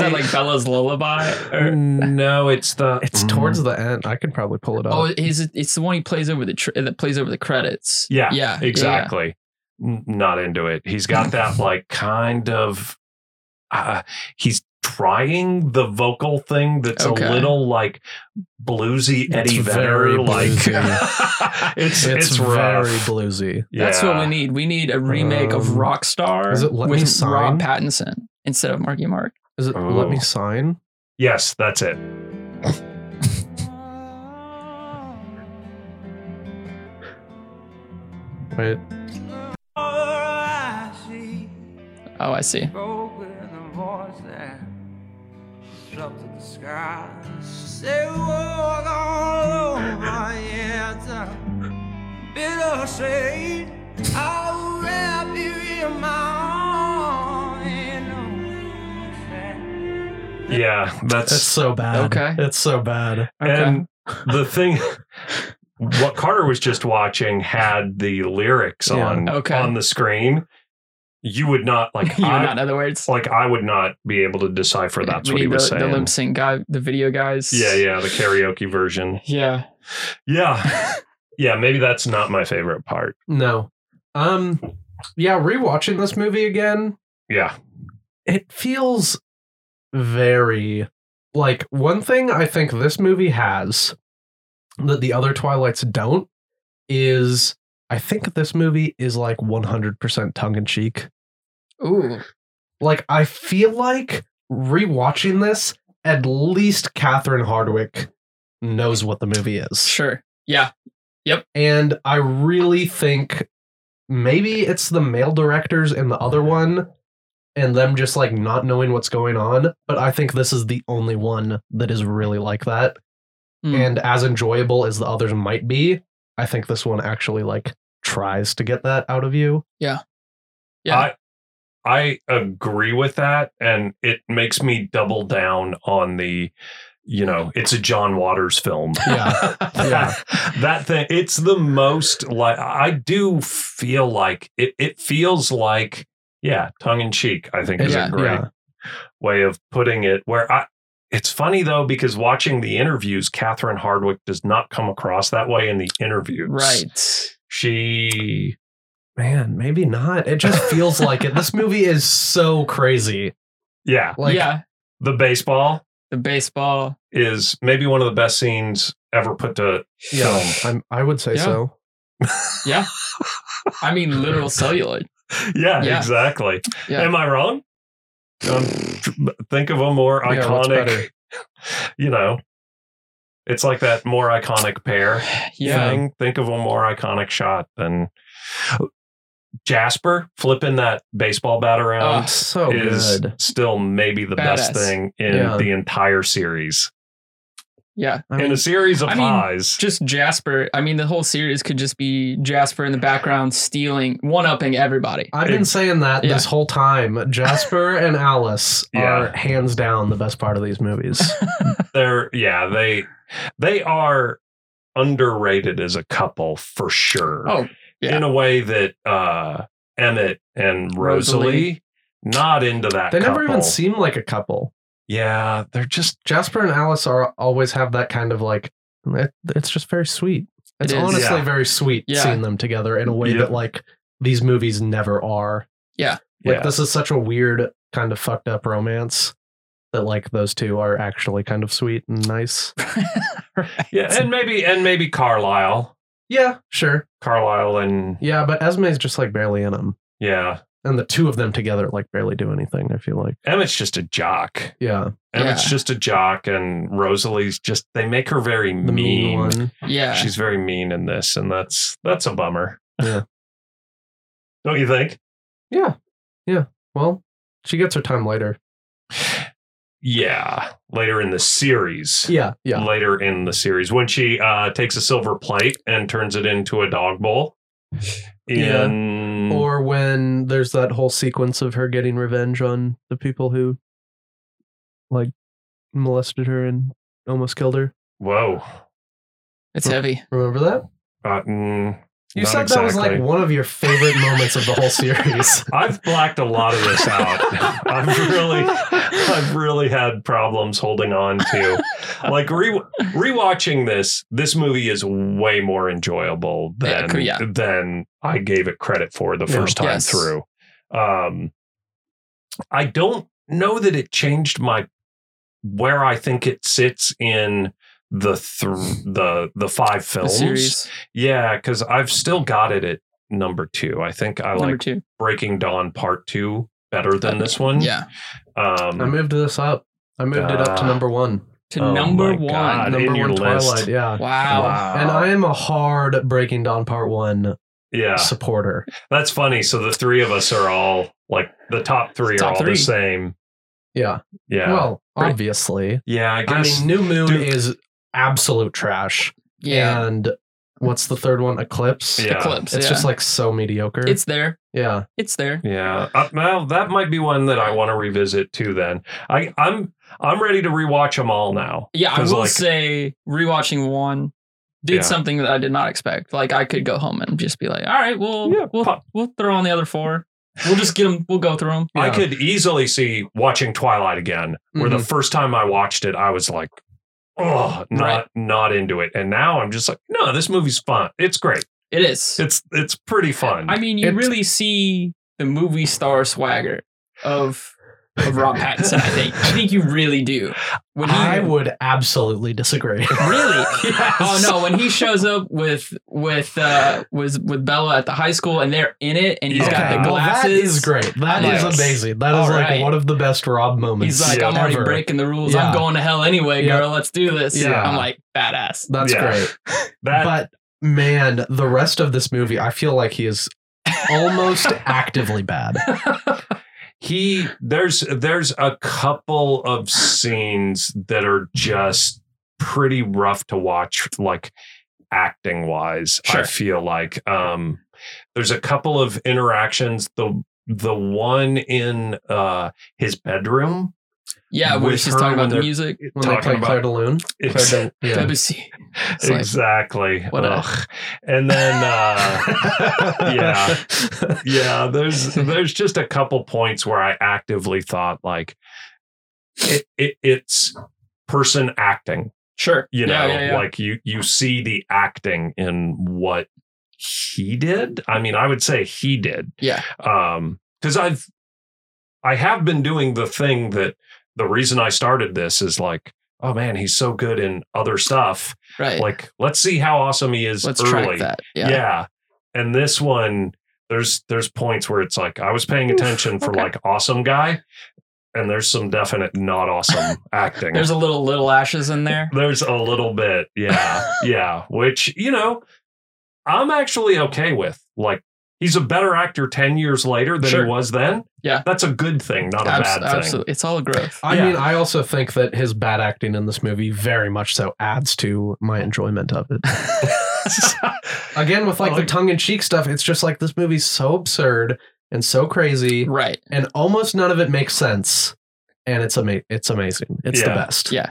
S3: that like Bella's lullaby?
S1: Mm.
S3: Or-
S1: no, it's the mm-hmm.
S2: It's towards the end. I can probably pull it up.
S3: oh, is it, it's the one he plays over the tr- uh, that plays over the credits.
S1: Yeah,
S3: yeah,
S1: exactly. N- Not into it. He's got that like kind of. Uh, he's trying the vocal thing that's
S3: Okay.
S1: a little like bluesy Eddie
S2: very
S1: Vedder. Like
S2: bluesy.
S1: it's
S2: it's
S1: it's, rough.
S2: very bluesy.
S1: Yeah.
S3: That's what we need. We need a remake of
S2: Um,
S3: Rockstar
S2: is it Let Me
S3: with
S2: Sign?
S3: Rob Pattinson instead of Marky Mark.
S2: Is it
S1: Oh.
S2: Let Me Sign?
S1: Yes, that's it.
S2: Wait.
S3: Oh, I see.
S1: Yeah, that's,
S2: It's so bad.
S3: Okay.
S2: It's so bad.
S1: and the thing. What Carter was just watching had the lyrics
S2: Yeah.
S1: on
S3: Okay.
S1: on the screen. You would not like.
S3: you
S1: I-
S3: know, in other words,
S1: like I would not be able to decipher that's
S3: we
S1: what he
S3: need
S1: was
S3: the,
S1: saying.
S3: the lip sync guy, the video guys.
S1: yeah, yeah, the karaoke version.
S3: yeah.
S1: Yeah. Yeah, maybe that's not my favorite part.
S2: No. Um yeah, rewatching this movie again,
S1: Yeah.
S2: it feels very like one thing I think this movie has that the other Twilights don't is I think this movie is like 100% tongue in cheek.
S3: Ooh,
S2: Like I feel like rewatching this at least Catherine Hardwick knows what the movie is.
S3: sure. Yeah,
S2: And I really think maybe it's the male directors in the other one and them just like not knowing what's going on. But I think this is the only one that is really like that.
S3: Hmm.
S2: And as enjoyable as the others might be, I think this one actually like tries to get that out of you.
S3: yeah.
S1: I I agree with that and it makes me double down on the you know, it's a John Waters film.
S2: Yeah. Yeah.
S1: that thing it's the most like I do feel like it it feels like yeah, tongue in cheek I think is
S3: Yeah,
S1: a great
S2: yeah.
S1: way of putting it where I it's funny though because watching the interviews Catherine Hardwick does not come across that way in the interviews.
S3: right.
S1: She
S2: Man, maybe not. It just feels like it. This movie is so crazy.
S1: yeah,
S2: Like
S3: yeah,
S1: the baseball
S3: the baseball.
S1: is maybe one of the best scenes ever put to
S2: yeah,
S1: film.
S2: I'm, I would say
S3: Yeah.
S2: so.
S3: I mean, literal celluloid.
S1: Yeah,
S3: Yeah.
S1: exactly.
S3: Yeah.
S1: Am I wrong? Um, think of a more
S2: Yeah, what's
S1: iconic,
S2: better?
S1: you know, it's like that more iconic pair
S3: Yeah,
S1: thing. Think of a more iconic shot than Jasper flipping that baseball bat around.
S3: Oh,
S2: So
S1: is
S2: good.
S1: still maybe the best
S3: Badass.
S1: thing in
S2: Yeah.
S1: the entire series.
S3: yeah.
S2: I mean,
S1: in a series of
S3: I mean,
S1: pies.
S3: Just Jasper. I mean, the whole series could just be Jasper in the background stealing, one upping everybody.
S2: I've been saying that
S3: Yeah.
S2: this whole time. Jasper and Alice are
S1: Yeah.
S2: hands down the best part of these movies.
S1: they're yeah they they are underrated as a couple for sure
S3: Oh, yeah.
S1: in a way that uh emmett and rosalie,
S3: Rosalie.
S1: not into that
S2: they never
S1: couple.
S2: even seem like a couple.
S1: yeah they're just
S2: Jasper and Alice are always have that kind of like it- it's just very sweet. It's
S3: It is.
S2: honestly
S1: Yeah.
S2: very sweet
S3: Yeah.
S2: seeing them together in a way
S1: Yep.
S2: that like these movies never are. Like
S1: yeah
S2: this is such a weird kind of fucked up romance that like those two are actually kind of sweet and nice.
S1: yeah and maybe and maybe carlisle
S2: Yeah, sure.
S1: carlisle and
S2: Yeah, but Esme's just like barely in them.
S1: yeah
S2: And the two of them together like barely do anything, I feel like.
S1: emmett's just a jock
S2: Yeah.
S1: emmett's
S3: Yeah.
S1: just a jock and rosalie's just they make her very
S2: the mean,
S1: mean
S2: one.
S3: yeah.
S1: she's very mean in this and that's that's a bummer
S2: Yeah.
S1: don't you think
S2: Yeah. Yeah. Well, she gets her time later.
S1: Yeah, later in the series.
S2: Yeah. Yeah.
S1: Later in the series, when she uh, takes a silver plate and turns it into a dog bowl.
S2: Yeah.
S1: In,
S2: Or when there's that whole sequence of her getting revenge on the people who like molested her and almost killed her.
S1: whoa,
S3: it's heavy.
S2: Remember that?
S1: uh, mm,
S2: You
S1: Not
S2: said that was like
S1: exactly.
S2: one of your favorite moments of the whole series.
S1: I've blacked a lot of this out. I've really, I've really had problems holding on to, like re- rewatching this. This movie is way more enjoyable
S3: Yeah,
S1: than
S3: cool, yeah.
S1: than I gave it credit for the
S2: Yeah.
S1: first time
S3: Yes.
S1: through. Um, I don't know that it changed my where I think it sits in the th- the the five
S3: the
S1: films.
S3: series
S1: Yeah, because I've still got it at number two. I think I
S3: number
S1: like
S3: two.
S1: Breaking Dawn Part Two better than this one.
S3: Yeah,
S2: I
S1: Um,
S2: moved this up. I moved it up to
S1: Ah.
S2: number one.
S3: to
S1: Oh
S3: number
S1: my
S3: one.
S1: God.
S2: Number
S1: in
S2: one
S1: your list.
S2: Twilight, yeah.
S3: Wow.
S2: And I am a hard Breaking Dawn Part One
S1: yeah,
S2: supporter.
S1: that's funny. So the three of us are all like the top three
S3: Top
S1: are all
S3: three.
S1: the same.
S2: Yeah.
S1: Yeah.
S2: Well,
S3: Pretty-
S2: obviously.
S1: yeah, I
S2: I
S1: guess.
S2: mean, New Moon
S1: Dude.
S2: is absolute trash.
S3: Yeah,
S2: And what's the third one? Eclipse.
S1: Yeah.
S3: Eclipse.
S2: It's
S3: yeah.
S2: just like so mediocre.
S3: it's there.
S2: yeah.
S3: It's there.
S1: yeah. Uh, well, that might be one that I want to revisit too. Then I, I'm I'm ready to rewatch them all now.
S3: Yeah, I
S1: 'Cause,
S3: will
S1: like,
S3: say rewatching one did
S1: Yeah.
S3: something that I did not expect. Like I could go home and just be like, all right, we'll
S1: Yeah,
S3: we'll
S1: pop-
S3: we'll throw on the other four. We'll just get them. We'll go through them.
S1: I could easily see watching Twilight again, where the first time I watched it, I was like, oh, not
S3: Right.
S1: not into it. And now I'm just like, no, this movie's fun. It's great.
S3: It is.
S1: It's it's pretty fun.
S3: I mean, you
S2: It's-
S3: really see the movie star swagger of of Rob Pattinson. I think. I think you really do. When he,
S2: I would absolutely disagree.
S3: really.
S2: Yes.
S3: Oh no! When he shows up with with uh was with Bella at the high school and they're in it and he's
S1: Yeah.
S3: got the
S2: well,
S3: glasses.
S2: that is great. That is
S1: Yes.
S2: amazing. That is
S3: All
S2: like
S3: right.
S2: one of the best Rob moments.
S3: He's like, I'm already
S2: ever.
S3: breaking the rules.
S2: Yeah.
S3: I'm going to hell anyway,
S2: Yeah.
S3: girl. Let's do this.
S2: Yeah.
S3: I'm like, badass.
S2: That's
S1: Yeah.
S2: great.
S1: that
S2: but man, the rest of this movie, I feel like he is almost actively bad.
S1: he there's there's a couple of scenes that are just pretty rough to watch like acting wise i
S3: Sure.
S1: feel like um there's a couple of interactions the the one in uh his bedroom
S3: Yeah, where
S1: With
S3: she's
S1: her
S3: talking
S1: when
S3: about the
S1: they're-
S3: music.
S2: When they play Claire de Lune.
S1: Ex-
S2: Claire de, yeah.
S3: Debussy. It's like,
S1: exactly
S3: what a-
S1: Ugh. and then uh Yeah. yeah there's there's just a couple points where i actively thought like it, it it's person acting
S3: sure.
S1: you know
S3: yeah, yeah, yeah.
S1: like you you see the acting in what he did i mean i would say he did
S3: Yeah.
S1: um because i've i have been doing the thing that the reason i started this is like oh man he's so good in other stuff
S3: right.
S1: like let's see how awesome he is
S3: Let's
S1: early
S3: track that.
S1: yeah.
S3: Yeah.
S1: And this one, there's there's points where it's like I was paying
S3: Oof,
S1: attention for
S3: okay.
S1: like awesome guy, and there's some definite not awesome acting.
S3: There's a little little ashes in there.
S1: There's a little bit, yeah, yeah. Which you know, I'm actually okay with. Like he's a better actor ten years later than
S3: Sure.
S1: he was then.
S3: Yeah.
S1: that's a good thing, not a
S3: Abs-
S1: bad thing.
S3: absolutely. It's all growth.
S2: I
S1: Yeah.
S2: mean, I also think that his bad acting in this movie very much so adds to my enjoyment of it. Again, with like the
S1: Like-
S2: tongue in cheek stuff, it's just like this movie's so absurd and so crazy,
S3: Right.
S2: and almost none of it makes sense. And it's ama- it's amazing. It's the
S1: Yeah.
S2: best.
S3: Yeah.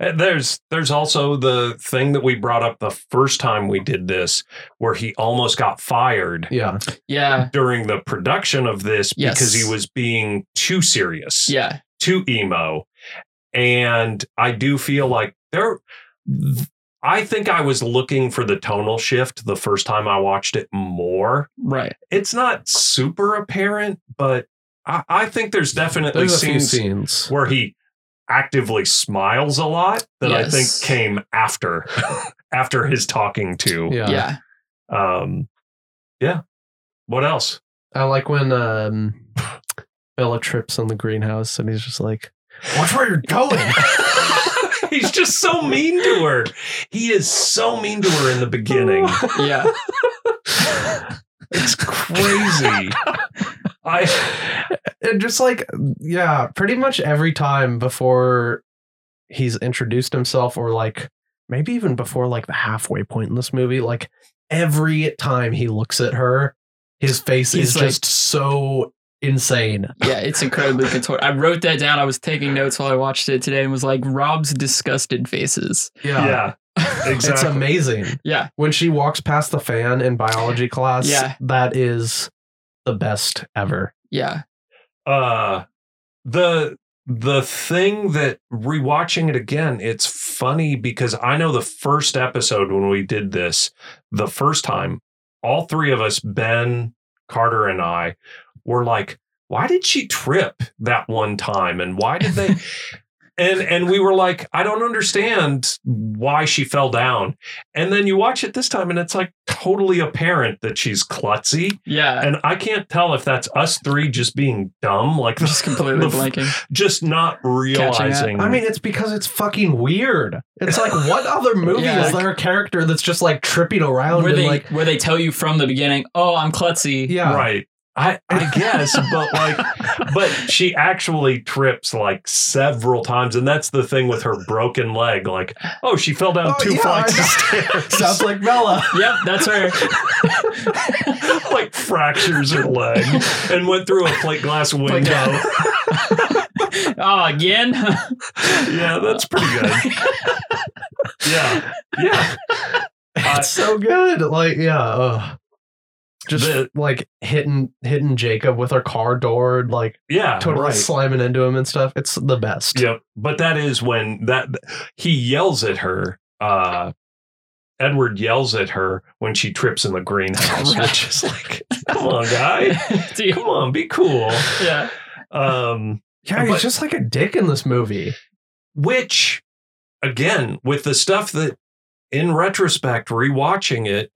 S1: And Uh, There's there's also the thing that we brought up the first time we did this, where he almost got fired.
S2: Yeah.
S3: Yeah.
S1: during the production of this
S3: Yes.
S1: because he was being too serious,
S3: Yeah.
S1: too emo. And I do feel like there, I think I was looking for the tonal shift the first time I watched it more.
S3: Right.
S1: It's not super apparent, but I, I think there's definitely
S2: There's a few
S1: scenes
S2: scenes.
S1: where he actively smiles a lot that I
S3: Yes.
S1: think came after after his talking to
S2: Yeah.
S3: yeah.
S1: um yeah what else
S2: I like when um Bella trips on the greenhouse and he's just like, Watch where you're going.
S1: He's just so mean to her. He is so mean to her in the beginning.
S3: Yeah.
S1: It's crazy. I
S2: and just like yeah pretty much every time before he's introduced himself or like maybe even before like the halfway point in this movie like every time he looks at her his face
S3: He's
S2: is
S3: like-
S2: just so insane
S3: Yeah, it's incredibly contorted. I wrote that down. I was taking notes while I watched it today and was like, Rob's disgusted faces.
S1: yeah.
S2: It's
S1: Exactly.
S2: amazing.
S3: Yeah.
S2: When she walks past the fan in biology class,
S3: Yeah.
S2: that is the best ever.
S3: Yeah.
S1: uh the the thing that rewatching it again it's funny because i know the first episode when we did this the first time all three of us ben carter and i were like why did she trip that one time and why did they and and we were like i don't understand why she fell down and then you watch it this time and it's like totally apparent that she's klutzy
S3: Yeah.
S1: and I can't tell if that's us three just being dumb, like
S3: I'm just completely
S1: the-
S3: blanking.
S1: just not realizing.
S2: I mean, it's because it's fucking weird. It's like, what other movie
S3: Yeah.
S2: is there a character that's just like tripping around
S3: Where
S2: and
S3: they
S2: like,
S3: where they tell you from the beginning, oh, I'm klutzy.
S2: yeah,
S1: right? I I guess, but like, but she actually trips like several times, and that's the thing with her broken leg. Like, oh, she fell down
S2: Oh,
S1: two
S2: yeah,
S1: flights
S2: I-
S1: of stairs.
S2: sounds like Bella.
S3: Yep, that's her.
S1: like fractures her leg and went through a plate glass window.
S3: oh, again?
S1: yeah, that's pretty good. yeah, yeah.
S2: it's so good. Like, yeah, ugh. just
S1: The-
S2: like hitting hitting Jacob with her car door, like
S1: Yeah,
S2: totally
S1: right.
S2: slamming into him and stuff. It's the best.
S1: Yep. But that is when that he yells at her. Uh, Edward yells at her when she trips in the greenhouse,
S3: Right.
S1: which is like, come on, guy,
S3: Dude,
S1: come on, be cool.
S3: yeah.
S1: Um,
S2: Yeah, he's
S1: But-
S2: just like a dick in this movie.
S1: which, again, with the stuff that, in retrospect, rewatching it,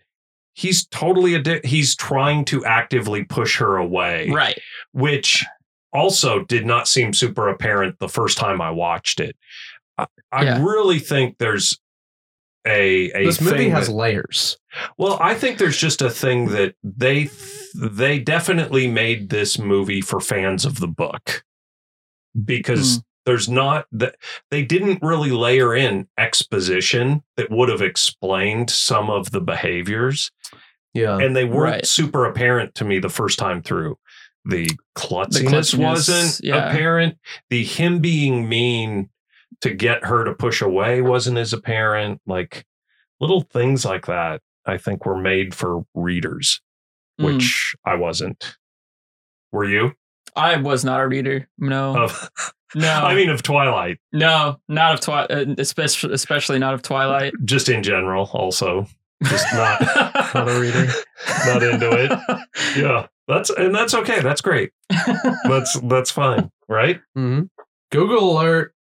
S1: he's totally a dick. He's trying to actively push her away,
S3: Right.
S1: which also did not seem super apparent the first time I watched it. I, I
S3: Yeah.
S1: really think there's a a
S2: this movie
S1: thing
S2: has
S1: that-
S2: layers.
S1: well, I think there's just a thing that they th- they definitely made this movie for fans of the book because there's not that they didn't really layer in exposition that would have explained some of the behaviors
S2: Yeah.
S1: and they weren't
S3: Right.
S1: super apparent to me the first time through. The klutziness,
S3: klutziness,
S1: wasn't
S3: yeah.
S1: apparent. The him being mean to get her to push away wasn't as apparent. Like little things like that, I think were made for readers,
S3: Mm.
S1: which I wasn't. Were you?
S3: I was not a reader. No.
S1: Of,
S3: Oh, no.
S1: I mean, of Twilight,
S3: no, not of Twilight, especially, especially not of Twilight.
S1: just in general, also just not
S2: not a reader.
S1: not into it. Yeah, that's and that's okay. That's great. That's that's fine, right?
S2: hmm Google alert.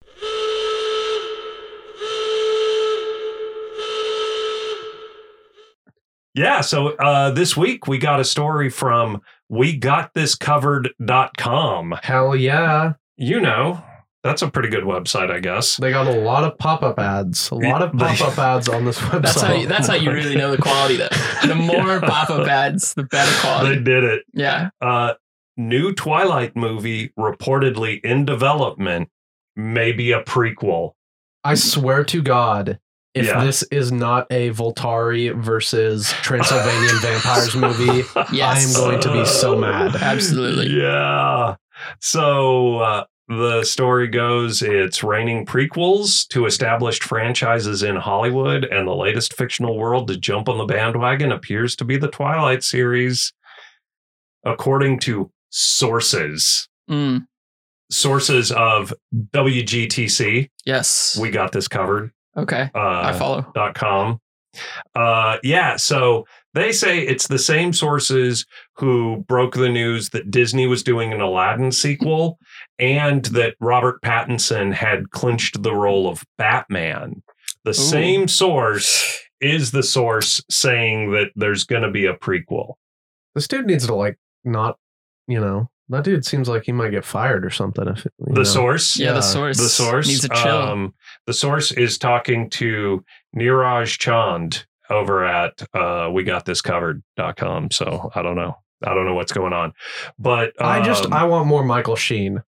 S1: Yeah. So uh, this week we got a story from wegotThisCovered.com.
S2: Hell yeah.
S1: You know, that's a pretty good website, I guess.
S2: They got a lot of pop up ads. A lot of
S1: Yeah.
S2: pop up ads on this website. Oh
S3: That's how you, that's how you really know the quality though. The more pop up ads, the better
S1: They
S3: quality.
S1: did it.
S3: Yeah.
S1: Uh, new Twilight movie reportedly in development, maybe a prequel.
S2: I swear to God, if
S1: Yeah.
S2: this is not a Voltari versus Transylvanian vampires movie, I am
S3: Yes.
S2: going to be so mad.
S3: Absolutely.
S1: Uh, Yeah. So uh, the story goes it's raining prequels to established franchises in Hollywood, and the latest fictional world to jump on the bandwagon appears to be the Twilight series, according to sources.
S3: Mm,
S1: Sources of WGTC,
S3: yes.
S1: we got this covered.
S3: okay.
S1: Uh,
S3: I follow.
S1: dot com. Uh, yeah, so they say it's the same sources who broke the news that Disney was doing an Aladdin sequel and that Robert Pattinson had clinched the role of Batman. The same source is the source saying that there's going to be a prequel.
S2: This dude needs to like not, you know, that dude seems like he might get fired or something. If you
S1: The
S2: know.
S1: source,
S3: Yeah,
S2: yeah,
S3: the source.
S1: the source
S3: needs a chill.
S1: Um, the source is talking to Niraj Chand over at uh, we got this covered.com. So I don't know. I don't know what's going on. But
S2: I just
S1: um,
S2: I want more Michael Sheen,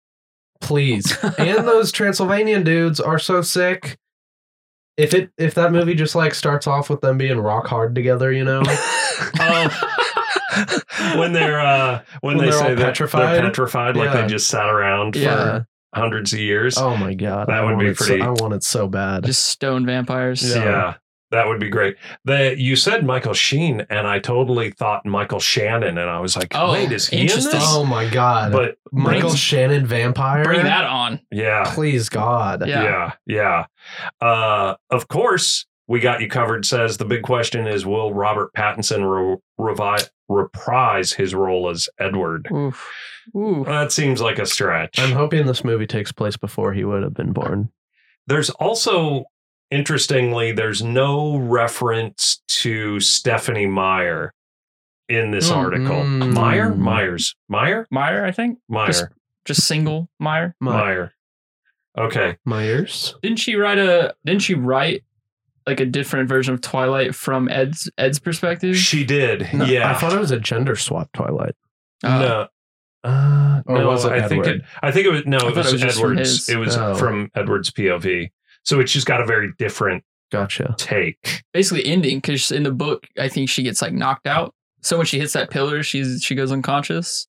S2: please. and those Transylvanian dudes are so sick. If it if that movie just like starts off with them being rock hard together, you know,
S3: Oh.
S1: when they're uh, when,
S2: When
S1: they
S2: they're all
S1: say that
S2: petrified?
S1: they're petrified, like
S2: Yeah.
S1: they just sat around
S3: Yeah.
S1: for hundreds of years.
S2: oh my god,
S1: That
S2: I
S1: would
S2: want
S1: be
S2: it so-
S1: pretty-
S2: I want it so bad.
S3: Just stone vampires.
S1: yeah. That would be great. The, you said Michael Sheen, and I totally thought Michael Shannon, and I was like,
S3: Oh,
S1: wait, is he in
S3: interesting.
S1: this?
S2: Oh my god.
S1: But
S2: Michael
S3: Bring-
S2: Shannon vampire.
S3: Bring that on.
S1: yeah,
S2: Please God.
S3: Yeah.
S1: yeah, yeah. Uh, of course, we got you covered. Says the big question is, will Robert Pattinson re- revi- reprise his role as Edward?
S3: Oof. Oof.
S1: That seems like a stretch.
S2: I'm hoping this movie takes place before he would have been born.
S1: There's also, interestingly, there's no reference to Stephanie Meyer in this
S3: Mm,
S1: article.
S2: mm.
S1: Meyer? Myers. Meyer?
S3: Meyer, I think.
S1: Meyer.
S3: Just- Just single Meyer.
S2: My-
S1: Meyer. Okay.
S2: Myers.
S3: Didn't she write a didn't she write like a different version of Twilight from Ed's Ed's perspective?
S1: She did.
S2: No,
S1: yeah.
S2: I thought it was a gender swap Twilight.
S3: Uh,
S1: no. Uh,
S2: Or
S1: no,
S2: was it
S1: I think
S2: Edward?
S1: it. I think it was no.
S3: I
S1: It
S3: thought it
S1: was,
S3: was just from
S1: Edwards.
S3: his-
S1: It was
S2: Oh.
S1: from Edwards' POV. So it's just got a very different
S2: Gotcha.
S1: take.
S3: basically ending because in the book, I think she gets like knocked out. So when she hits that pillar, she's she goes unconscious.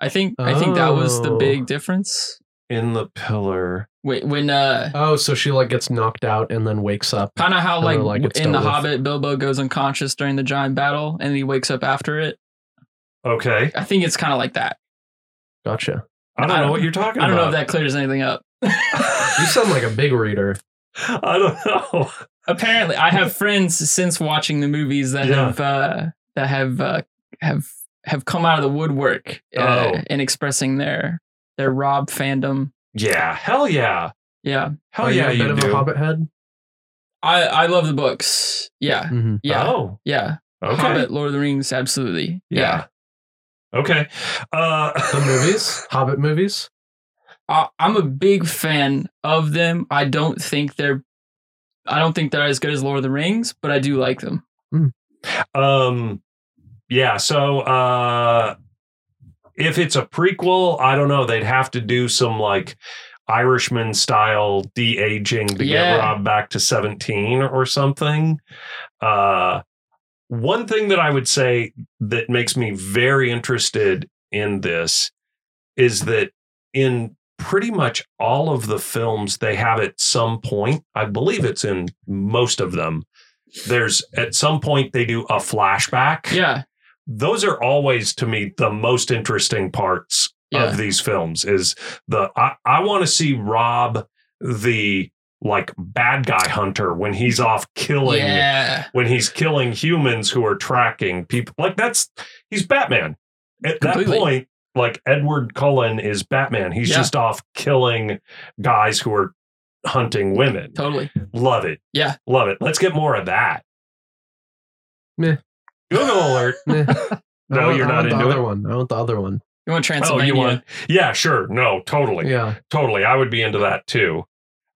S3: I think I think that was the
S2: Oh.
S3: big difference.
S1: In the pillar.
S3: Wait, when uh
S2: Oh, so she like gets knocked out and then wakes up.
S3: kind of how
S2: Kinda
S3: like,
S2: like it's
S3: in the
S2: dealt with.
S3: Hobbit, Bilbo goes unconscious during the giant battle and he wakes up after it.
S1: Okay.
S3: I think it's kind of like that.
S2: Gotcha.
S1: I don't
S3: I
S1: know
S3: don't-
S1: what you're talking
S3: I don't know
S1: about.
S3: if that clears anything up.
S2: You sound like a big reader.
S1: I don't know.
S3: apparently i have friends since watching the movies that
S1: Yeah.
S3: have uh that have uh, have have come out of the woodwork uh,
S1: Oh.
S3: and expressing their their rob fandom
S1: Yeah. Hell yeah.
S3: yeah
S1: Hell
S2: Are
S1: Oh, yeah.
S2: you a bit
S1: You
S2: of a
S1: do.
S2: hobbit head?
S3: i i love the books yeah
S2: Mm-hmm.
S3: yeah
S1: Oh.
S3: yeah
S1: Okay.
S3: hobbit lord of the rings absolutely yeah,
S1: Yeah. Okay. Uh,
S2: The movies, Hobbit movies.
S3: I, i'm a big fan of them i don't think they're i don't think they're as good as lord of the rings but i do like them
S1: Um, yeah. So, uh, if it's a prequel, I don't know. They'd have to do some like Irishman style de aging to
S3: Yeah.
S1: get Rob back to seventeen or something. Uh, one thing that I would say that makes me very interested in this is that in pretty much all of the films they have at some point i believe it's in most of them there's at some point they do a flashback
S3: yeah
S1: those are always to me the most interesting parts
S3: Yeah.
S1: of these films is the i, I want to see rob the like bad guy hunter when he's off killing
S3: yeah
S1: when he's killing humans who are tracking people like that's he's batman at
S3: Completely.
S1: that point like edward cullen is batman he's
S3: Yeah.
S1: just off killing guys who are hunting women
S3: totally
S1: Love it.
S3: Yeah.
S1: Love it. Let's get more of that.
S2: Meh.
S1: Google alert. Oh,
S2: Meh. I
S1: No,
S2: want-
S1: you're
S2: I
S1: not
S2: want the
S1: into
S2: other
S1: it.
S2: one. I want the other one.
S3: you want
S1: Oh,
S3: transylvania
S1: you want? Yeah, sure. No, totally.
S2: Yeah.
S1: Totally. I would be into that too.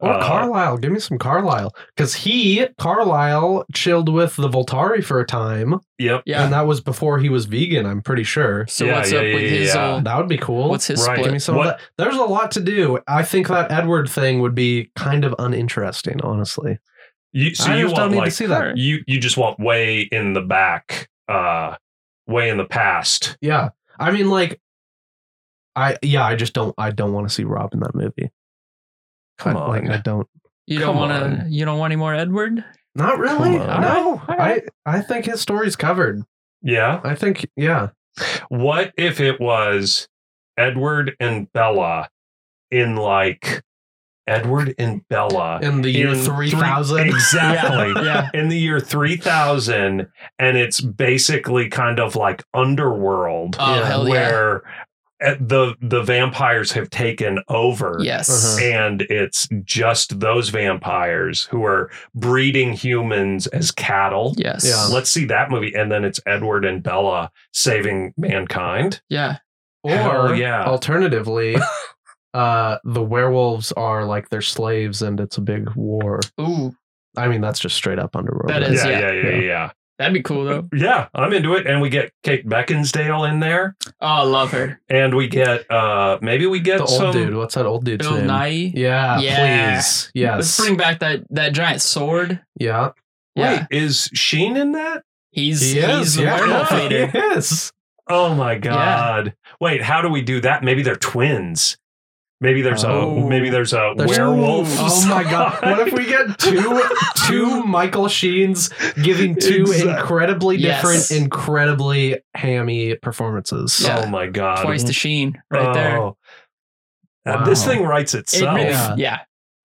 S2: Or
S1: Uh,
S2: Carlisle. Give me some Carlisle. Because he, Carlisle, chilled with the Voltari for a time.
S1: Yep.
S3: yeah
S2: And that was before he was vegan, I'm pretty sure.
S3: so
S1: Yeah,
S3: what's
S1: yeah,
S3: up
S1: yeah,
S3: with his
S1: yeah.
S3: uh,
S2: That would be cool.
S3: what's his
S1: Right.
S3: split
S2: Give me some
S1: What-
S2: of that. There's a lot to do. I think that Edward thing would be kind of uninteresting, honestly.
S1: You, so
S2: I
S1: you
S2: just don't
S1: want
S2: need
S1: like
S2: to see that.
S1: you you just want way in the back, uh, way in the past.
S2: Yeah. I mean, like, I yeah, I just don't I don't want to see Rob in that movie.
S1: Come
S2: I, Like, I
S1: on.
S2: don't.
S3: You don't
S1: Come
S3: want to.
S1: on.
S3: You don't want any more Edward.
S2: Not really.
S1: Come on.
S2: No.
S3: All right.
S2: I I think his story's covered.
S1: Yeah.
S2: I think yeah.
S1: What if it was Edward and Bella in like Edward and Bella
S2: In the year
S1: in
S2: three thousand.
S1: exactly.
S3: Yeah.
S1: in the year 3000 and it's basically kind of like underworld
S3: Oh
S2: Yeah,
S3: hell yeah!
S1: where uh, the the vampires have taken over
S3: Yes.
S2: Uh-huh.
S1: and it's just those vampires who are breeding humans as cattle
S3: Yes.
S2: Yeah.
S1: let's see that movie and then it's edward and bella saving mankind
S3: Yeah.
S2: Or
S1: Hell yeah.
S2: alternatively, uh the werewolves are like they're slaves and it's a big war.
S3: Ooh,
S2: I mean that's just straight up underworld.
S3: That
S1: yeah
S3: is-
S1: yeah
S3: yeah.
S1: yeah yeah, yeah. yeah.
S3: that'd be cool though.
S1: I'm into it. And we get Kate Beckinsdale in there,
S3: Oh, I love her.
S1: and we get uh maybe we get
S2: the old
S1: some
S2: dude. What's that old dude's
S3: Bill
S2: name?
S3: Nye.
S2: Yeah,
S3: Yeah.
S2: please.
S3: Let's
S2: Yes.
S3: bring back that that giant sword.
S2: yeah.
S3: Yeah.
S1: Wait, is Sheen in that?
S3: He's he's the werewolf
S1: Yeah.
S3: leader.
S2: He is.
S1: Oh my god. Wait, how do we do that? Maybe they're twins. Maybe there's
S2: Oh.
S1: a maybe there's a
S2: There's-
S1: werewolf.
S2: Oh my god!
S1: side.
S2: What if we get two two Michael Sheens giving two
S1: Exact-
S2: incredibly
S3: Yes.
S2: different, incredibly hammy performances?
S3: Yeah.
S1: Oh my god!
S3: Twice the Sheen right there.
S1: Oh. Uh, this
S2: Wow.
S1: thing writes
S3: It
S1: itself.
S3: really-
S2: Yeah.
S3: yeah.